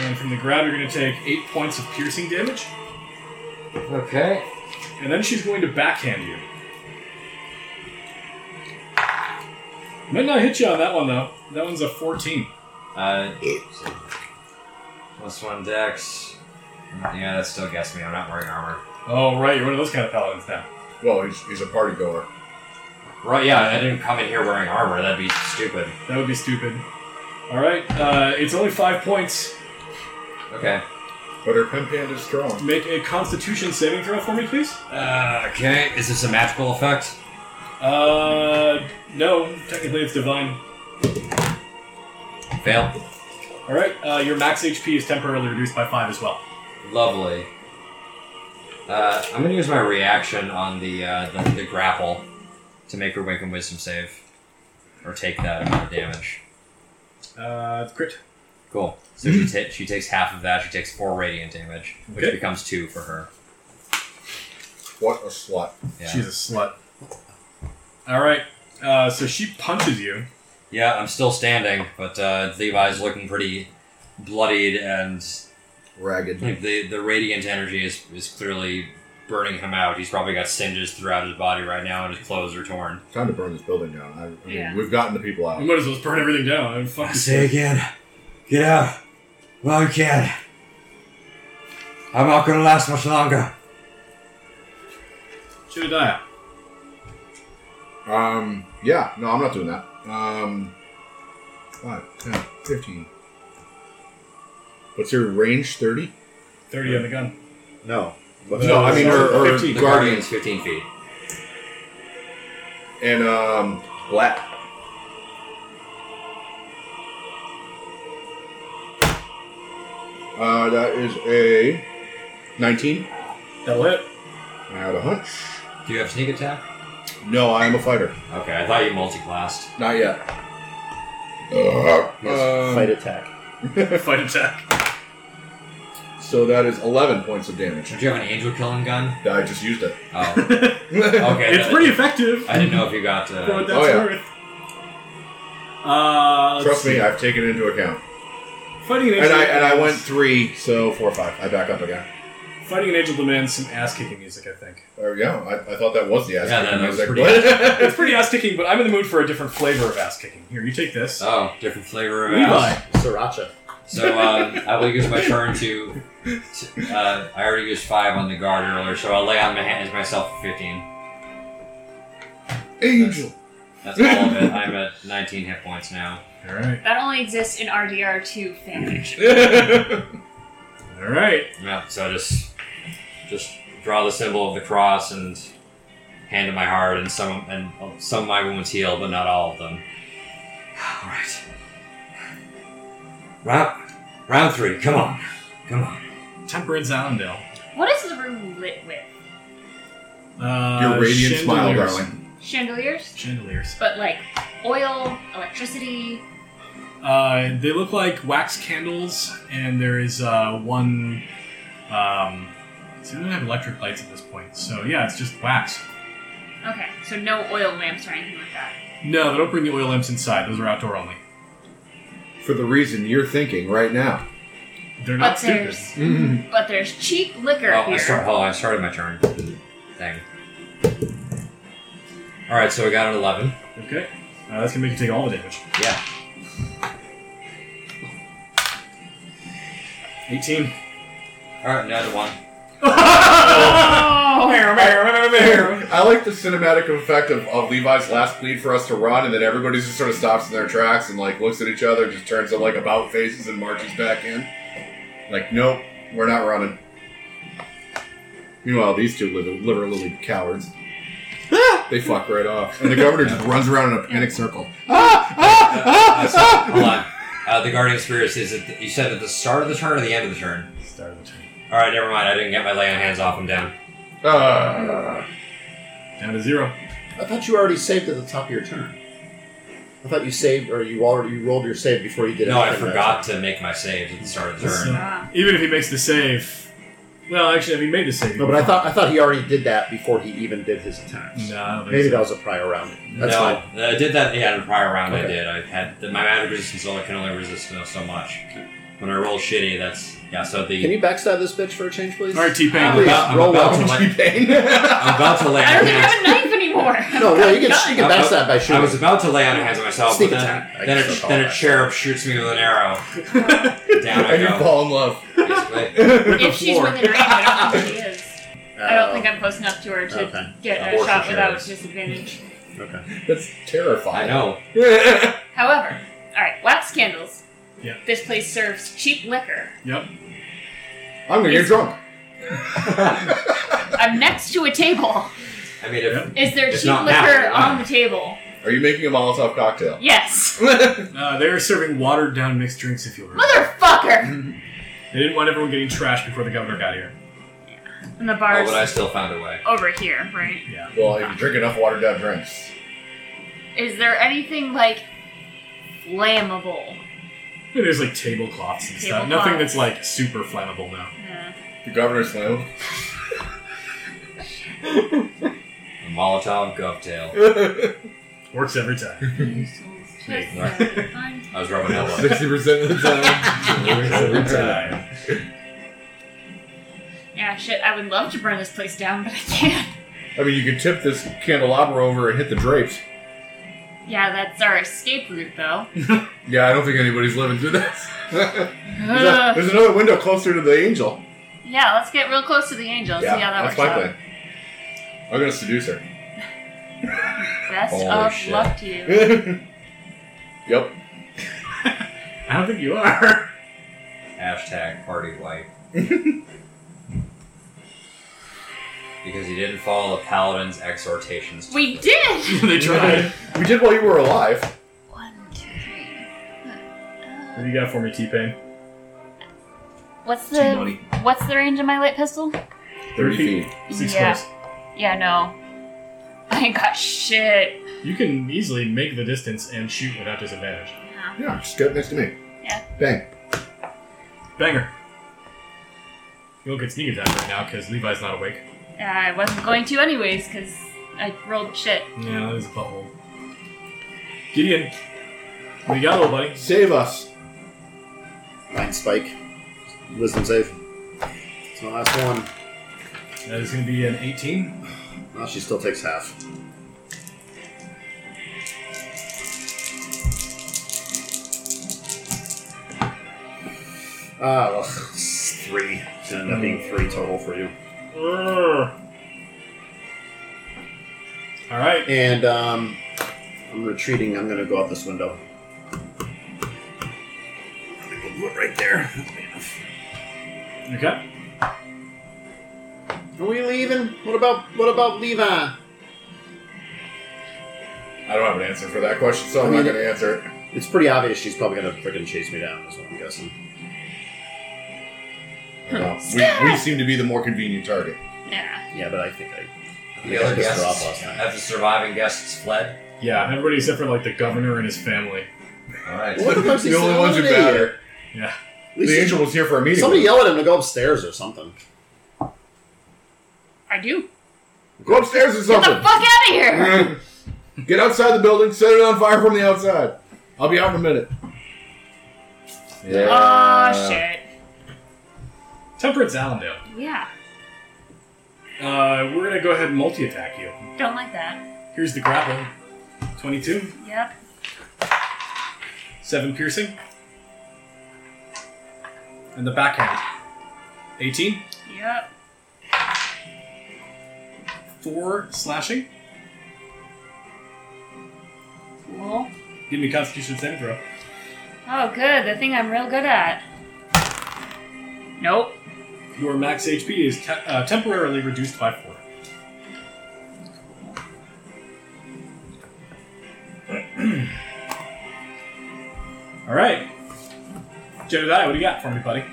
[SPEAKER 3] And from the grab, you're gonna take 8 points of piercing damage,
[SPEAKER 7] Okay.
[SPEAKER 3] and then she's going to backhand you. Might not hit you on that one, though. That one's a 14.
[SPEAKER 7] Uh, plus one dex. Yeah, that still gets me. I'm not wearing armor.
[SPEAKER 3] Oh, right, you're one of those kind of paladins now.
[SPEAKER 5] Well, he's, he's a party goer.
[SPEAKER 7] Right, yeah, I didn't come in here wearing armor. That'd be stupid.
[SPEAKER 3] That would be stupid. All right, uh, it's only five points.
[SPEAKER 7] Okay.
[SPEAKER 5] But her pimp hand is strong.
[SPEAKER 3] Make a Constitution saving throw for me, please.
[SPEAKER 7] Uh, okay. Is this a magical effect?
[SPEAKER 3] Uh, no, technically it's divine.
[SPEAKER 7] Fail.
[SPEAKER 3] All right, uh, your max HP is temporarily reduced by five as well.
[SPEAKER 7] Lovely. Uh, I'm gonna use my reaction on the, uh, the the grapple to make her wink and wisdom save, or take that amount of damage.
[SPEAKER 3] Uh, it's crit.
[SPEAKER 7] Cool. So she ta- she takes half of that. She takes four radiant damage, which
[SPEAKER 3] Okay.
[SPEAKER 7] becomes two for her.
[SPEAKER 5] What a slut.
[SPEAKER 7] Yeah.
[SPEAKER 3] She's a slut. All right, uh, so she punches you.
[SPEAKER 7] Yeah, I'm still standing, but uh, Levi's looking pretty bloodied, and
[SPEAKER 5] Ragged.
[SPEAKER 9] Hmm.
[SPEAKER 7] like, the the radiant energy is is clearly burning him out. He's probably got singes throughout his body right now, and his clothes are torn.
[SPEAKER 5] Time to burn this building down. I, I mean,
[SPEAKER 4] Yeah.
[SPEAKER 5] we've gotten the people out.
[SPEAKER 3] You might as well just burn everything down. I mean, fuck
[SPEAKER 9] I
[SPEAKER 3] this
[SPEAKER 9] say again, get out while you can. I'm not gonna last much longer.
[SPEAKER 3] Jedediah.
[SPEAKER 5] Um, yeah, no, I'm not doing that. Um, 5, 10, 15. What's your range? 30?
[SPEAKER 3] 30 on the gun.
[SPEAKER 6] No.
[SPEAKER 5] No, I mean, her, her
[SPEAKER 3] 15.
[SPEAKER 7] The guardian's
[SPEAKER 5] guardians.
[SPEAKER 7] 15 feet.
[SPEAKER 5] And, um, black. Uh, that is a 19.
[SPEAKER 3] That'll hit.
[SPEAKER 5] I had a hunch.
[SPEAKER 7] Do you have sneak attack?
[SPEAKER 5] No, I am a fighter.
[SPEAKER 7] Okay, I thought you multi-classed.
[SPEAKER 5] Not yet. Uh,
[SPEAKER 6] Fight attack.
[SPEAKER 3] Fight attack.
[SPEAKER 5] so that is 11 points of damage.
[SPEAKER 7] Don't you have an angel killing gun?
[SPEAKER 5] I just used it.
[SPEAKER 7] Oh, okay.
[SPEAKER 3] it's
[SPEAKER 7] that-
[SPEAKER 3] pretty effective.
[SPEAKER 7] I didn't know if you got.
[SPEAKER 3] For what
[SPEAKER 7] Uh,
[SPEAKER 3] that's
[SPEAKER 5] Oh, yeah.
[SPEAKER 3] worth. Uh, let's
[SPEAKER 5] Trust
[SPEAKER 3] see.
[SPEAKER 5] me, I've taken it into account.
[SPEAKER 3] Fighting an
[SPEAKER 5] And
[SPEAKER 3] angel.
[SPEAKER 5] I and I went three, so four or five. I back up again.
[SPEAKER 3] Fighting an angel demands some ass kicking music, I think.
[SPEAKER 5] There we go. I, I thought that was the ass.
[SPEAKER 7] Yeah,
[SPEAKER 5] kicking.
[SPEAKER 7] that
[SPEAKER 5] I was
[SPEAKER 7] was
[SPEAKER 5] like,
[SPEAKER 7] pretty-
[SPEAKER 5] what?
[SPEAKER 3] It's pretty ass kicking, but I'm in the mood for a different flavor of ass kicking. Here, you take this.
[SPEAKER 5] Uh,
[SPEAKER 7] oh, different flavor of ass.
[SPEAKER 3] Levi.
[SPEAKER 6] Sriracha.
[SPEAKER 7] So uh, I will use my turn to. to uh, I already used five on the guard earlier, so I'll lay on my hands myself for fifteen.
[SPEAKER 5] Angel.
[SPEAKER 7] That's all of it. I'm at nineteen hit points now.
[SPEAKER 3] All right.
[SPEAKER 4] That only exists in RDR2 fanfiction.
[SPEAKER 3] All right.
[SPEAKER 7] Yeah, so I just just draw the symbol of the cross and hand to my heart, and some and uh, some of my wounds heal, but not all of them.
[SPEAKER 9] All right. Round, round three. Come on, come on.
[SPEAKER 3] Temperance Allendale.
[SPEAKER 4] What is the room lit with?
[SPEAKER 3] Uh,
[SPEAKER 5] Your radiant smile,
[SPEAKER 3] chandeliers.
[SPEAKER 5] darling.
[SPEAKER 4] Chandeliers?
[SPEAKER 3] Chandeliers.
[SPEAKER 4] But like oil, electricity.
[SPEAKER 3] Uh, they look like wax candles, and there is uh, one. Um, so they don't have electric lights at this point. So yeah, it's just wax.
[SPEAKER 4] Okay, so no oil lamps or anything like that.
[SPEAKER 3] No, they don't bring the oil lamps inside. Those are outdoor only.
[SPEAKER 5] For the reason you're thinking right now.
[SPEAKER 3] They're not
[SPEAKER 4] But
[SPEAKER 3] stupid.
[SPEAKER 4] there's but there's cheap liquor
[SPEAKER 7] Oh, I
[SPEAKER 4] here.
[SPEAKER 7] start, hold on, I started my turn. Thing. Alright, so we got an 11.
[SPEAKER 3] Okay. Uh, that's gonna make you take all the damage.
[SPEAKER 7] Yeah.
[SPEAKER 3] 18.
[SPEAKER 7] Alright, another one.
[SPEAKER 5] I like the cinematic effect of, of Levi's last plead for us to run, and then everybody just sort of stops in their tracks and like looks at each other, just turns to like about faces and marches back in. Like, nope, we're not running. Meanwhile, these two live literally cowards. they fuck right off, and the governor just runs around in a panic circle.
[SPEAKER 7] Uh, so- hold on. Uh, the Guardian Spirits is at the, you said at the start of the turn or the end of the turn?
[SPEAKER 3] Start of the turn.
[SPEAKER 7] Alright, never mind. I didn't get my lay on hands off him down.
[SPEAKER 5] Uh,
[SPEAKER 3] Down to zero.
[SPEAKER 6] I thought you already saved at the top of your turn. I thought you saved, or you already you rolled your save before you did.
[SPEAKER 7] No, I
[SPEAKER 6] anything that
[SPEAKER 7] forgot to make my saves at the start of the
[SPEAKER 3] So,
[SPEAKER 7] turn.
[SPEAKER 4] Ah.
[SPEAKER 3] even if he makes the save. Well, actually, if he made the save.
[SPEAKER 6] turn. No, but I thought I thought he already did that before he even did his attacks.
[SPEAKER 3] No, I don't think
[SPEAKER 6] Maybe
[SPEAKER 3] so.
[SPEAKER 6] that was a prior round. That's
[SPEAKER 7] no,
[SPEAKER 6] fine.
[SPEAKER 7] I did that. Yeah, in the prior round I
[SPEAKER 6] Okay.
[SPEAKER 7] did. I had the, my magic resistance only can only resist so- so much. When I roll shitty, that's yeah. So the
[SPEAKER 6] Can you backstab this bitch for a change, please?
[SPEAKER 3] All right, T
[SPEAKER 7] I'm,
[SPEAKER 6] Please,
[SPEAKER 3] Pain.
[SPEAKER 7] about, I'm
[SPEAKER 6] roll
[SPEAKER 7] about
[SPEAKER 6] well.
[SPEAKER 7] to lay, I'm about to lay
[SPEAKER 4] I
[SPEAKER 7] on
[SPEAKER 4] don't even
[SPEAKER 7] hands.
[SPEAKER 4] have a knife anymore.
[SPEAKER 6] No, well, you can you can
[SPEAKER 7] I'm-
[SPEAKER 6] backstab by
[SPEAKER 7] I
[SPEAKER 6] shooting.
[SPEAKER 7] was about to lay on hands on myself,
[SPEAKER 6] Sneak
[SPEAKER 7] but then,
[SPEAKER 6] attack. I
[SPEAKER 7] then,
[SPEAKER 6] guess I'll
[SPEAKER 7] a,
[SPEAKER 6] call
[SPEAKER 7] then a
[SPEAKER 6] that.
[SPEAKER 7] cherub shoots me with an arrow. Down I
[SPEAKER 5] and you
[SPEAKER 7] go.
[SPEAKER 5] fall in love.
[SPEAKER 7] basically.
[SPEAKER 4] if she's within range, I don't think she is. I don't think I'm close enough to her to
[SPEAKER 6] Okay.
[SPEAKER 4] get a
[SPEAKER 7] Abortion
[SPEAKER 4] shot without
[SPEAKER 7] shares.
[SPEAKER 4] disadvantage.
[SPEAKER 6] Okay.
[SPEAKER 5] That's
[SPEAKER 7] I
[SPEAKER 5] terrifying.
[SPEAKER 7] know.
[SPEAKER 4] However, all right, wax candles.
[SPEAKER 3] Yeah.
[SPEAKER 4] This place serves cheap liquor.
[SPEAKER 3] Yep.
[SPEAKER 5] I'm gonna get drunk.
[SPEAKER 4] I'm next to a table.
[SPEAKER 7] I mean, if,
[SPEAKER 3] Yep.
[SPEAKER 4] Is there
[SPEAKER 7] It's
[SPEAKER 4] cheap
[SPEAKER 7] not
[SPEAKER 4] liquor
[SPEAKER 7] now, why?
[SPEAKER 4] on the table?
[SPEAKER 5] Are you making a Molotov cocktail?
[SPEAKER 4] Yes.
[SPEAKER 3] Uh, they're serving watered down mixed drinks, if you'll remember.
[SPEAKER 7] Mm-hmm.
[SPEAKER 4] Motherfucker!
[SPEAKER 3] They didn't want everyone getting trashed before the governor got here.
[SPEAKER 4] And the
[SPEAKER 7] oh,
[SPEAKER 4] bar's
[SPEAKER 7] but I still found a way.
[SPEAKER 4] over here, right?
[SPEAKER 3] Yeah.
[SPEAKER 5] Well, if you drink enough watered down drinks.
[SPEAKER 4] Is there anything like flammable?
[SPEAKER 3] And there's like tablecloths and stuff. Nothing that's like super flammable now.
[SPEAKER 4] Uh,
[SPEAKER 5] The governor's slam.
[SPEAKER 7] A Molotov cocktail.
[SPEAKER 3] Works every time.
[SPEAKER 7] I was rubbing elbows.
[SPEAKER 5] Sixty percent of the time.
[SPEAKER 4] yeah, shit. I would love to burn this place down, but I can't.
[SPEAKER 5] I mean, you could tip this candelabra over and hit the drapes.
[SPEAKER 4] Yeah, that's our escape route, though.
[SPEAKER 5] Yeah, I don't think anybody's living through this. there's,
[SPEAKER 4] Uh.
[SPEAKER 5] a- there's another window closer to the angel.
[SPEAKER 4] yeah, let's get real close to the angel.
[SPEAKER 5] yeah,
[SPEAKER 4] Oh, see how that
[SPEAKER 5] that's
[SPEAKER 4] works
[SPEAKER 5] my
[SPEAKER 4] out.
[SPEAKER 5] plan. I'm gonna seduce her.
[SPEAKER 4] Best
[SPEAKER 7] Holy
[SPEAKER 4] of
[SPEAKER 7] shit.
[SPEAKER 4] luck to you.
[SPEAKER 5] yep.
[SPEAKER 3] I don't think you are.
[SPEAKER 7] Hashtag party life. because he didn't follow the paladin's exhortations.
[SPEAKER 4] We did.
[SPEAKER 3] they tried.
[SPEAKER 5] We did while you were alive.
[SPEAKER 4] One, two,
[SPEAKER 3] what
[SPEAKER 4] three.
[SPEAKER 3] do you got for me, T Pain?
[SPEAKER 4] What's
[SPEAKER 3] Too muddy.
[SPEAKER 4] the what's the range of my light pistol?
[SPEAKER 5] Thirty feet.
[SPEAKER 3] Six
[SPEAKER 4] Yeah.
[SPEAKER 3] squares.
[SPEAKER 4] Yeah, no. I ain't got shit.
[SPEAKER 3] You can easily make the distance and shoot without disadvantage.
[SPEAKER 4] Yeah.
[SPEAKER 5] Yeah, just get next to me.
[SPEAKER 4] Yeah.
[SPEAKER 5] Bang.
[SPEAKER 3] Banger. You won't get sneak attack right now because Levi's not awake.
[SPEAKER 4] I wasn't going to anyways because I rolled shit.
[SPEAKER 3] Yeah, that is a butthole. Gideon. We got little buddy.
[SPEAKER 5] Save us.
[SPEAKER 6] Nine spike. Wisdom save. It's my last one.
[SPEAKER 3] That is going to be an 18.
[SPEAKER 6] Well, she still takes half. Ah, well, it's three. It's gonna end up being three total for you.
[SPEAKER 3] All right.
[SPEAKER 6] And um, I'm retreating. I'm gonna go out this window. We'll do it right there.
[SPEAKER 3] Okay.
[SPEAKER 6] Are we leaving? What about what about Levi?
[SPEAKER 5] I don't have an answer for that question, so I'm
[SPEAKER 6] I mean-
[SPEAKER 5] not gonna answer it.
[SPEAKER 6] It's pretty obvious she's probably gonna freaking chase me down. Is what I'm guessing.
[SPEAKER 5] No, we, we seem to be the more convenient target.
[SPEAKER 4] Yeah.
[SPEAKER 6] Yeah, but I think I. I
[SPEAKER 7] The
[SPEAKER 6] think I
[SPEAKER 7] other
[SPEAKER 6] pissed her off
[SPEAKER 7] guests,
[SPEAKER 6] last night.
[SPEAKER 7] have the surviving guests fled?
[SPEAKER 3] Yeah, everybody except for like the governor and his family.
[SPEAKER 7] Alright.
[SPEAKER 6] What the fuck's he
[SPEAKER 5] the only
[SPEAKER 6] still
[SPEAKER 5] ones who
[SPEAKER 6] over there?
[SPEAKER 5] matter.
[SPEAKER 3] Yeah.
[SPEAKER 6] At least
[SPEAKER 5] The
[SPEAKER 6] he-
[SPEAKER 5] angel was here for a meeting.
[SPEAKER 6] Somebody yell at him to go upstairs or something.
[SPEAKER 4] I do.
[SPEAKER 5] Go upstairs or
[SPEAKER 4] Get the
[SPEAKER 5] something.
[SPEAKER 4] fuck out of here!
[SPEAKER 5] Get outside the building, set it on fire from the outside. I'll be out in a minute.
[SPEAKER 4] Oh shit.
[SPEAKER 3] Temperance Allendale.
[SPEAKER 4] Yeah,
[SPEAKER 3] Uh, we're gonna go ahead and multi attack you.
[SPEAKER 4] don't like that.
[SPEAKER 3] Here's the grapple 22,
[SPEAKER 4] Yep.
[SPEAKER 3] 7 piercing. And the backhand 18,
[SPEAKER 4] Yep.
[SPEAKER 3] 4 slashing.
[SPEAKER 4] Cool.
[SPEAKER 3] Give me a Constitution saving throw.
[SPEAKER 4] Oh, good. The thing I'm real good at. Nope.
[SPEAKER 3] Your max HP is te- uh, temporarily reduced by 4. Alright. Jedediah, what do you got for me, buddy?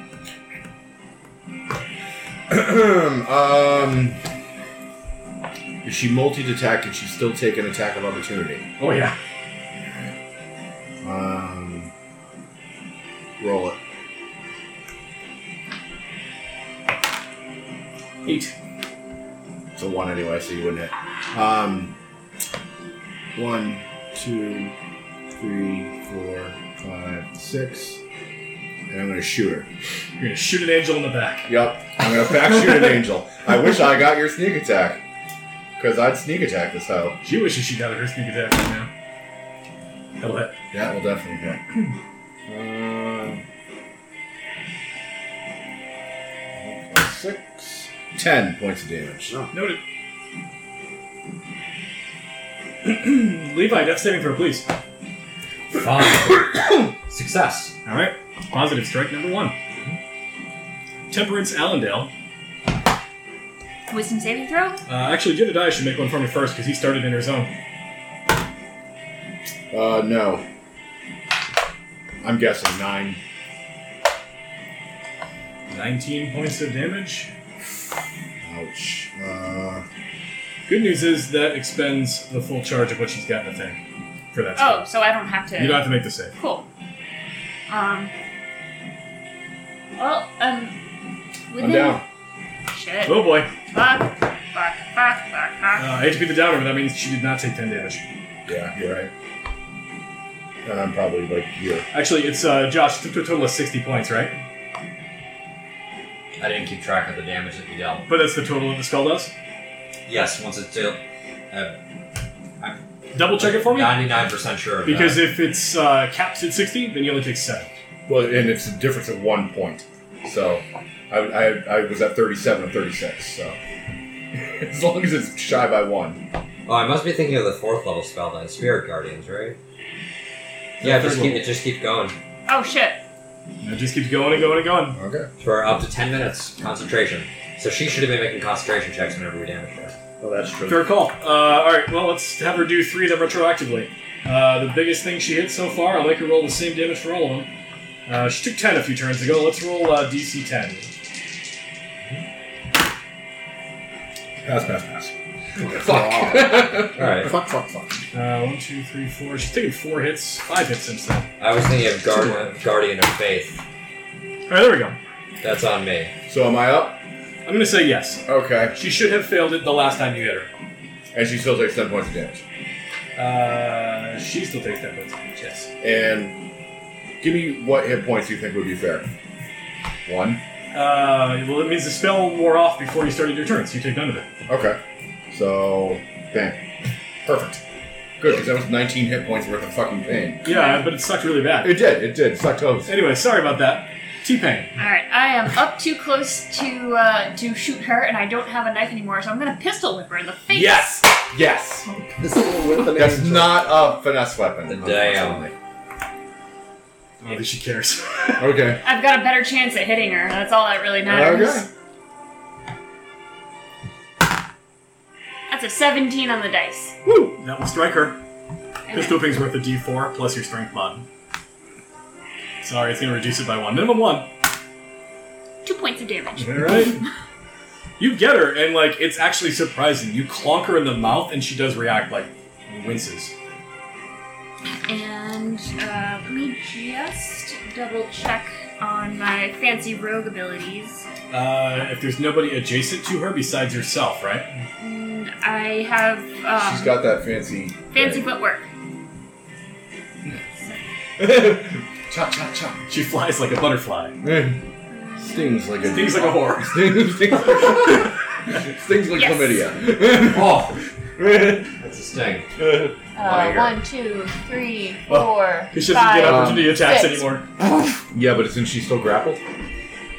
[SPEAKER 5] um, is she multi attack? Can she still take an attack of opportunity?
[SPEAKER 3] Oh, yeah.
[SPEAKER 5] Um, roll it.
[SPEAKER 3] 8.
[SPEAKER 5] It's a one anyway, so you wouldn't hit. Um, one, two, three, four, five, six. And I'm going to shoot her.
[SPEAKER 3] You're gonna shoot an angel in the back.
[SPEAKER 5] Yep. I'm going to back shoot an angel. I wish I got your sneak attack. Because I'd sneak attack this hoe.
[SPEAKER 3] She wishes she got her sneak attack right now. That'll hit.
[SPEAKER 5] That will definitely hit. Uh, plus six. Ten points of damage.
[SPEAKER 3] Noted. Levi, death saving throw, please.
[SPEAKER 7] Fine. Success.
[SPEAKER 3] All right. Positive strike number one. Temperance Allendale.
[SPEAKER 4] Wisdom saving throw?
[SPEAKER 3] Uh, actually, Jedediah should make one for me first because he started in her zone.
[SPEAKER 5] Uh, no. I'm guessing nine.
[SPEAKER 3] 19 points of damage.
[SPEAKER 5] Ouch. Uh,
[SPEAKER 3] Good news is that expends the full charge of what she's got in the thing for that.
[SPEAKER 4] Oh,
[SPEAKER 3] spell.
[SPEAKER 4] so I don't have to.
[SPEAKER 3] You don't have to make the save.
[SPEAKER 4] Cool. Um. Well, um. Within...
[SPEAKER 5] I'm down.
[SPEAKER 4] Shit.
[SPEAKER 3] Oh boy.
[SPEAKER 4] Fuck. Fuck. Fuck. Fuck. Fuck.
[SPEAKER 3] Uh, I hate to be the downer, but that means she did not take 10 damage.
[SPEAKER 5] Yeah, you're right. And I'm probably like here.
[SPEAKER 3] Actually, it's uh, Josh, took to a total of 60 points, right?
[SPEAKER 7] I didn't keep track of the damage that you dealt.
[SPEAKER 3] But that's the total of the spell does.
[SPEAKER 7] Yes, once it's dealt. Uh,
[SPEAKER 3] Double check it for me.
[SPEAKER 7] 99% sure of
[SPEAKER 3] Because
[SPEAKER 7] that.
[SPEAKER 3] if it's uh, capped at 60, then you only take 7.
[SPEAKER 5] Well, and it's a difference of one point. So I, I, I was at 37 and 36. So as long as it's shy by one.
[SPEAKER 7] Oh, I must be thinking of the fourth level spell then, Spirit Guardians, right? Yeah,
[SPEAKER 3] third
[SPEAKER 7] just keep
[SPEAKER 3] level.
[SPEAKER 7] it. Just keep going
[SPEAKER 4] Oh shit.
[SPEAKER 3] And it just keeps going and going and going.
[SPEAKER 5] Okay.
[SPEAKER 7] for up to ten minutes concentration. So she should have been making concentration checks whenever we damage her.
[SPEAKER 6] Oh, that's true.
[SPEAKER 3] Fair call. Uh, all right, well, let's have her do three of them retroactively. Uh, the biggest thing she hit so far, I'll make her roll the same damage for all of them. Uh, she took 10 a few turns ago. Let's roll uh, DC 10.
[SPEAKER 5] Pass, pass, pass. Fuck.
[SPEAKER 7] All right.
[SPEAKER 6] Fuck, fuck, fuck.
[SPEAKER 3] Uh, one, two, three, four. She's taken four hits, five hits since then.
[SPEAKER 7] I was thinking of Guardian, Guardian of Faith.
[SPEAKER 3] All right, there we go.
[SPEAKER 7] That's on me.
[SPEAKER 5] so am I up?
[SPEAKER 3] I'm going to say yes.
[SPEAKER 5] Okay.
[SPEAKER 3] She should have failed it the last time you hit her.
[SPEAKER 5] And she still takes 10 points of damage.
[SPEAKER 3] Uh, she still takes 10 points. Yes.
[SPEAKER 5] And give me what hit points you think would be fair. One.
[SPEAKER 3] Uh, well, it means the spell wore off before you started your turn, so you take none of it.
[SPEAKER 5] Okay. So, bang. Perfect. Good, because that was 19 hit points worth of fucking pain.
[SPEAKER 3] Yeah, but it sucked really bad.
[SPEAKER 5] It did, it did. Sucked hose.
[SPEAKER 3] Anyway, sorry about that. T-Pain.
[SPEAKER 4] All right, I am up too close to uh, to shoot her, and I don't have a knife anymore, so I'm gonna pistol whip her in the face.
[SPEAKER 3] Oh,
[SPEAKER 5] Yes!
[SPEAKER 6] This little with an
[SPEAKER 5] That's
[SPEAKER 6] angel.
[SPEAKER 5] not a finesse weapon.
[SPEAKER 7] Damn.
[SPEAKER 5] unfortunately.
[SPEAKER 3] I don't think she cares.
[SPEAKER 5] Okay.
[SPEAKER 4] I've got a better chance at hitting her. That's all that really matters.
[SPEAKER 5] Okay.
[SPEAKER 4] That's a 17 on the dice.
[SPEAKER 3] Woo! That will strike her.
[SPEAKER 4] And
[SPEAKER 3] Pistol whipping's worth a D4 plus your strength mod. Sorry, it's gonna reduce it by one. Minimum one.
[SPEAKER 4] Two points of damage.
[SPEAKER 3] Alright. you get her, and like it's actually surprising. You clonk her in the mouth and she does react like winces.
[SPEAKER 5] Mm-hmm.
[SPEAKER 4] And uh, let me just double check on my fancy rogue abilities.
[SPEAKER 3] Uh, if there's nobody adjacent to her besides yourself, right?
[SPEAKER 4] Mm, I have um,
[SPEAKER 5] She's got that fancy.
[SPEAKER 4] fancy footwork.
[SPEAKER 5] Chop, chop, chop.
[SPEAKER 3] She flies like a butterfly.
[SPEAKER 5] Eh.
[SPEAKER 4] Uh,
[SPEAKER 5] Stings like a
[SPEAKER 3] Things like a whore.
[SPEAKER 5] stings, stings like, stings like
[SPEAKER 4] Yes.
[SPEAKER 5] chlamydia.
[SPEAKER 7] Oh, that's a sting.
[SPEAKER 10] Uh,
[SPEAKER 7] here.
[SPEAKER 10] one, two, three, four,
[SPEAKER 3] Because she doesn't get
[SPEAKER 10] five.
[SPEAKER 3] opportunity attacks
[SPEAKER 10] six.
[SPEAKER 3] anymore.
[SPEAKER 5] yeah, but isn't she still grappled?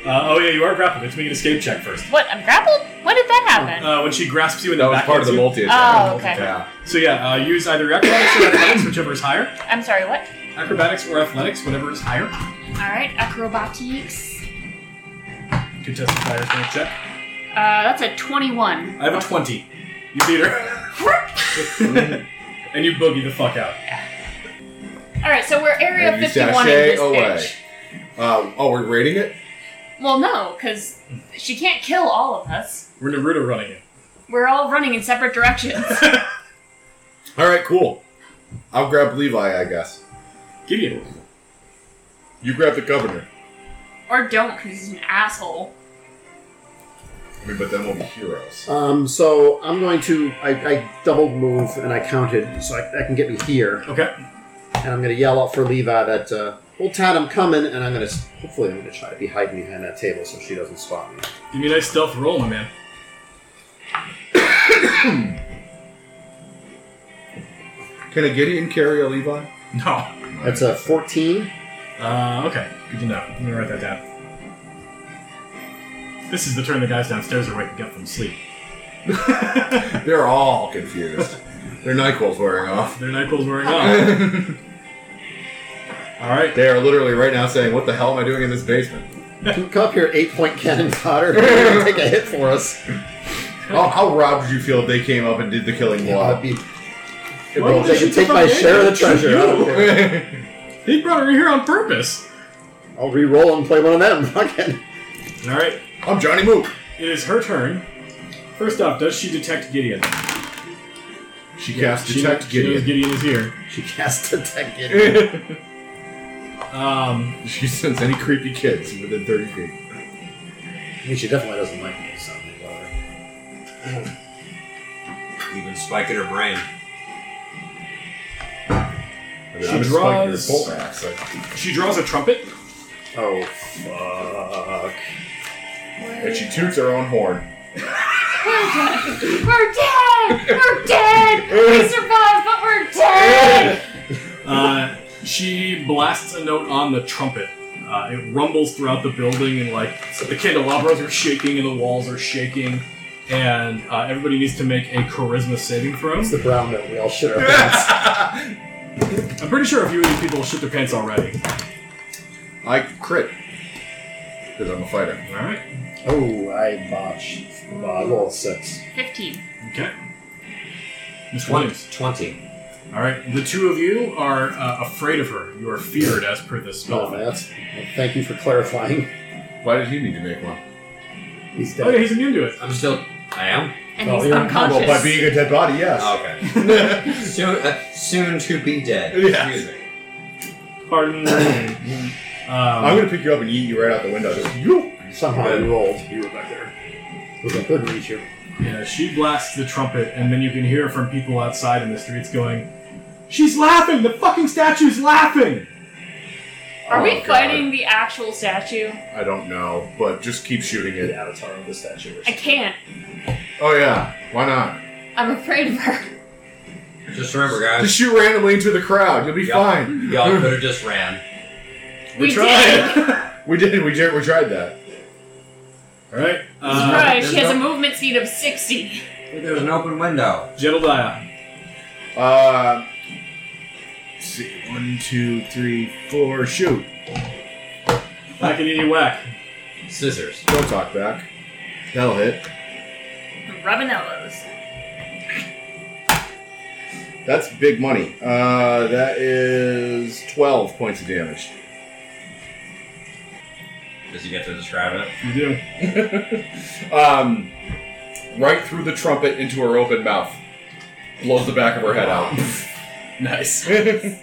[SPEAKER 3] Uh, oh yeah, you are grappled. Let's make an escape check first.
[SPEAKER 10] What? I'm grappled? When did that happen?
[SPEAKER 3] Uh, when she grasps you and
[SPEAKER 5] That
[SPEAKER 3] then
[SPEAKER 5] was
[SPEAKER 3] back
[SPEAKER 5] part of the
[SPEAKER 3] you.
[SPEAKER 5] multi attack.
[SPEAKER 10] oh, okay.
[SPEAKER 5] Yeah.
[SPEAKER 3] So yeah, uh, use either acrobatics or athletics, whichever is
[SPEAKER 5] Uh,
[SPEAKER 3] higher.
[SPEAKER 10] I'm sorry, what?
[SPEAKER 3] Acrobatics or athletics, whatever is higher.
[SPEAKER 4] Alright, acrobatics.
[SPEAKER 3] Contested fire attack check.
[SPEAKER 4] Uh, that's a 21.
[SPEAKER 3] I have a twenty. You beat her, and you boogie the fuck out.
[SPEAKER 4] Alright, so we're area
[SPEAKER 5] And you
[SPEAKER 4] 51 in this
[SPEAKER 5] sashay Oh, away.
[SPEAKER 4] bitch.
[SPEAKER 5] Uh, oh, we're rating it?
[SPEAKER 4] Well, no, because she can't kill all of us.
[SPEAKER 3] We're Naruto running it.
[SPEAKER 4] We're all running in separate directions.
[SPEAKER 5] All right, cool. I'll grab Levi, I guess.
[SPEAKER 3] Gideon.
[SPEAKER 5] You grab the governor.
[SPEAKER 4] or don't, because he's an asshole.
[SPEAKER 5] I mean, but then we'll be heroes.
[SPEAKER 6] Um, so I'm going to. I, I double move and I counted, so I, I can get me here.
[SPEAKER 3] Okay.
[SPEAKER 6] And I'm going to yell out for Levi that, uh, old Tad, I'm coming. And I'm going to. Hopefully, I'm going to try to be hiding behind that table so she doesn't spot me.
[SPEAKER 3] Give me a nice stealth roll, my man.
[SPEAKER 5] Can a Gideon carry a Levi?
[SPEAKER 3] No.
[SPEAKER 6] That's a 14.
[SPEAKER 3] Uh, okay, good to know. Let me write that down. This is the turn the guys downstairs are waking up from sleep.
[SPEAKER 5] They're all confused. Their NyQuil's wearing off.
[SPEAKER 3] Their NyQuil's wearing off. Alright,
[SPEAKER 5] They are literally right now saying, "What the hell am I doing in this basement?"
[SPEAKER 6] Come up here, eight point cannon fodder. You're gonna take a hit for us.
[SPEAKER 5] Oh, How, how robbed would you feel if they came up and did the killing
[SPEAKER 6] Yeah, that'd
[SPEAKER 5] blow?
[SPEAKER 6] be-
[SPEAKER 5] It
[SPEAKER 3] Why
[SPEAKER 5] will
[SPEAKER 3] would
[SPEAKER 6] they
[SPEAKER 3] you
[SPEAKER 6] can
[SPEAKER 3] shoot
[SPEAKER 6] take
[SPEAKER 3] the
[SPEAKER 6] my
[SPEAKER 3] fucking
[SPEAKER 6] share of the
[SPEAKER 3] idiot? Shoot
[SPEAKER 6] treasure. I don't
[SPEAKER 3] you.
[SPEAKER 6] care.
[SPEAKER 3] they brought her here on purpose.
[SPEAKER 6] I'll re-roll and play one of them. Fucking.
[SPEAKER 3] Alright,
[SPEAKER 5] I'm Johnny Mook.
[SPEAKER 3] it is her turn. First off, does she detect Gideon?
[SPEAKER 5] She casts
[SPEAKER 3] she knows,
[SPEAKER 5] detect
[SPEAKER 3] She knows
[SPEAKER 5] Gideon.
[SPEAKER 3] Gideon is here.
[SPEAKER 6] She cast detect it.
[SPEAKER 3] Um,
[SPEAKER 5] She sends any creepy kids within 30 feet.
[SPEAKER 6] I mean, she definitely doesn't like me, so. I'm gonna bother.
[SPEAKER 7] You've been spiking her brain.
[SPEAKER 5] I
[SPEAKER 3] She
[SPEAKER 5] I'm just like your
[SPEAKER 3] draws-
[SPEAKER 5] bolt axe, like-
[SPEAKER 3] she draws a trumpet.
[SPEAKER 6] Oh fuck!
[SPEAKER 5] and she toots her own horn.
[SPEAKER 4] We're dead! We're dead! We're dead! We survived, but we're dead!
[SPEAKER 3] Uh, she blasts a note on the trumpet. Uh, it rumbles throughout the building, and like the candelabras are shaking, and the walls are shaking, and uh, everybody needs to make a charisma saving throw.
[SPEAKER 6] It's the brown note. We all shit our pants.
[SPEAKER 3] I'm pretty sure a few of you people shit their pants already.
[SPEAKER 5] I crit because I'm a fighter.
[SPEAKER 3] All right.
[SPEAKER 6] Oh, I botched. Uh, I rolled a six.
[SPEAKER 4] 15.
[SPEAKER 3] Okay. Miss Williams.
[SPEAKER 7] 20.
[SPEAKER 3] All right. The two of you are uh, afraid of her. You are feared as per the spell.
[SPEAKER 6] Oh, that's. well, thank you for clarifying.
[SPEAKER 5] Why did he need to make one?
[SPEAKER 6] He's
[SPEAKER 3] Oh yeah,
[SPEAKER 6] dead.
[SPEAKER 3] he's immune to it.
[SPEAKER 7] I'm still. I am? Oh,
[SPEAKER 4] And
[SPEAKER 6] Oh,
[SPEAKER 4] he's
[SPEAKER 6] you're
[SPEAKER 4] unconscious.
[SPEAKER 5] Well, by being a dead body, yes.
[SPEAKER 7] Okay. soon, uh, soon to be dead.
[SPEAKER 5] Yeah.
[SPEAKER 7] Excuse me.
[SPEAKER 3] Pardon.
[SPEAKER 5] I'm
[SPEAKER 3] um,
[SPEAKER 5] gonna pick you up and eat you right out the window. Just, you.
[SPEAKER 6] Somehow you rolled. You were back there. I couldn't reach you.
[SPEAKER 3] Yeah, she blasts the trumpet, and then you can hear from people outside in the streets going, She's laughing! The fucking statue's laughing!
[SPEAKER 4] Are
[SPEAKER 5] Oh,
[SPEAKER 4] we
[SPEAKER 5] God.
[SPEAKER 4] fighting the actual statue?
[SPEAKER 5] I don't know, but just keep shooting it.
[SPEAKER 6] avatar of the statue.
[SPEAKER 4] I can't.
[SPEAKER 5] Oh yeah, why not?
[SPEAKER 4] I'm afraid of her.
[SPEAKER 7] Just remember, guys.
[SPEAKER 5] Just shoot randomly into the crowd. You'll be
[SPEAKER 7] Y'all-
[SPEAKER 5] fine.
[SPEAKER 7] Y'all could have just ran.
[SPEAKER 4] We did.
[SPEAKER 3] Alright.
[SPEAKER 5] We did. We did. We tried that.
[SPEAKER 3] Uh,
[SPEAKER 4] Right,
[SPEAKER 7] there's
[SPEAKER 4] she has a
[SPEAKER 7] no-
[SPEAKER 4] movement speed of 60.
[SPEAKER 7] There's an open window.
[SPEAKER 3] Jedediah.
[SPEAKER 5] Uh, let's see, one, two, three, four. Shoot!
[SPEAKER 3] Whack and eat whack.
[SPEAKER 7] Scissors.
[SPEAKER 5] Don't talk back. That'll hit.
[SPEAKER 4] Rubbing elbows.
[SPEAKER 5] That's big money. Uh, that is twelve points of damage.
[SPEAKER 7] Does he get to describe it?
[SPEAKER 3] You do.
[SPEAKER 5] Um, right through the trumpet into her open mouth. Blows the back of her head out.
[SPEAKER 3] Nice.
[SPEAKER 5] and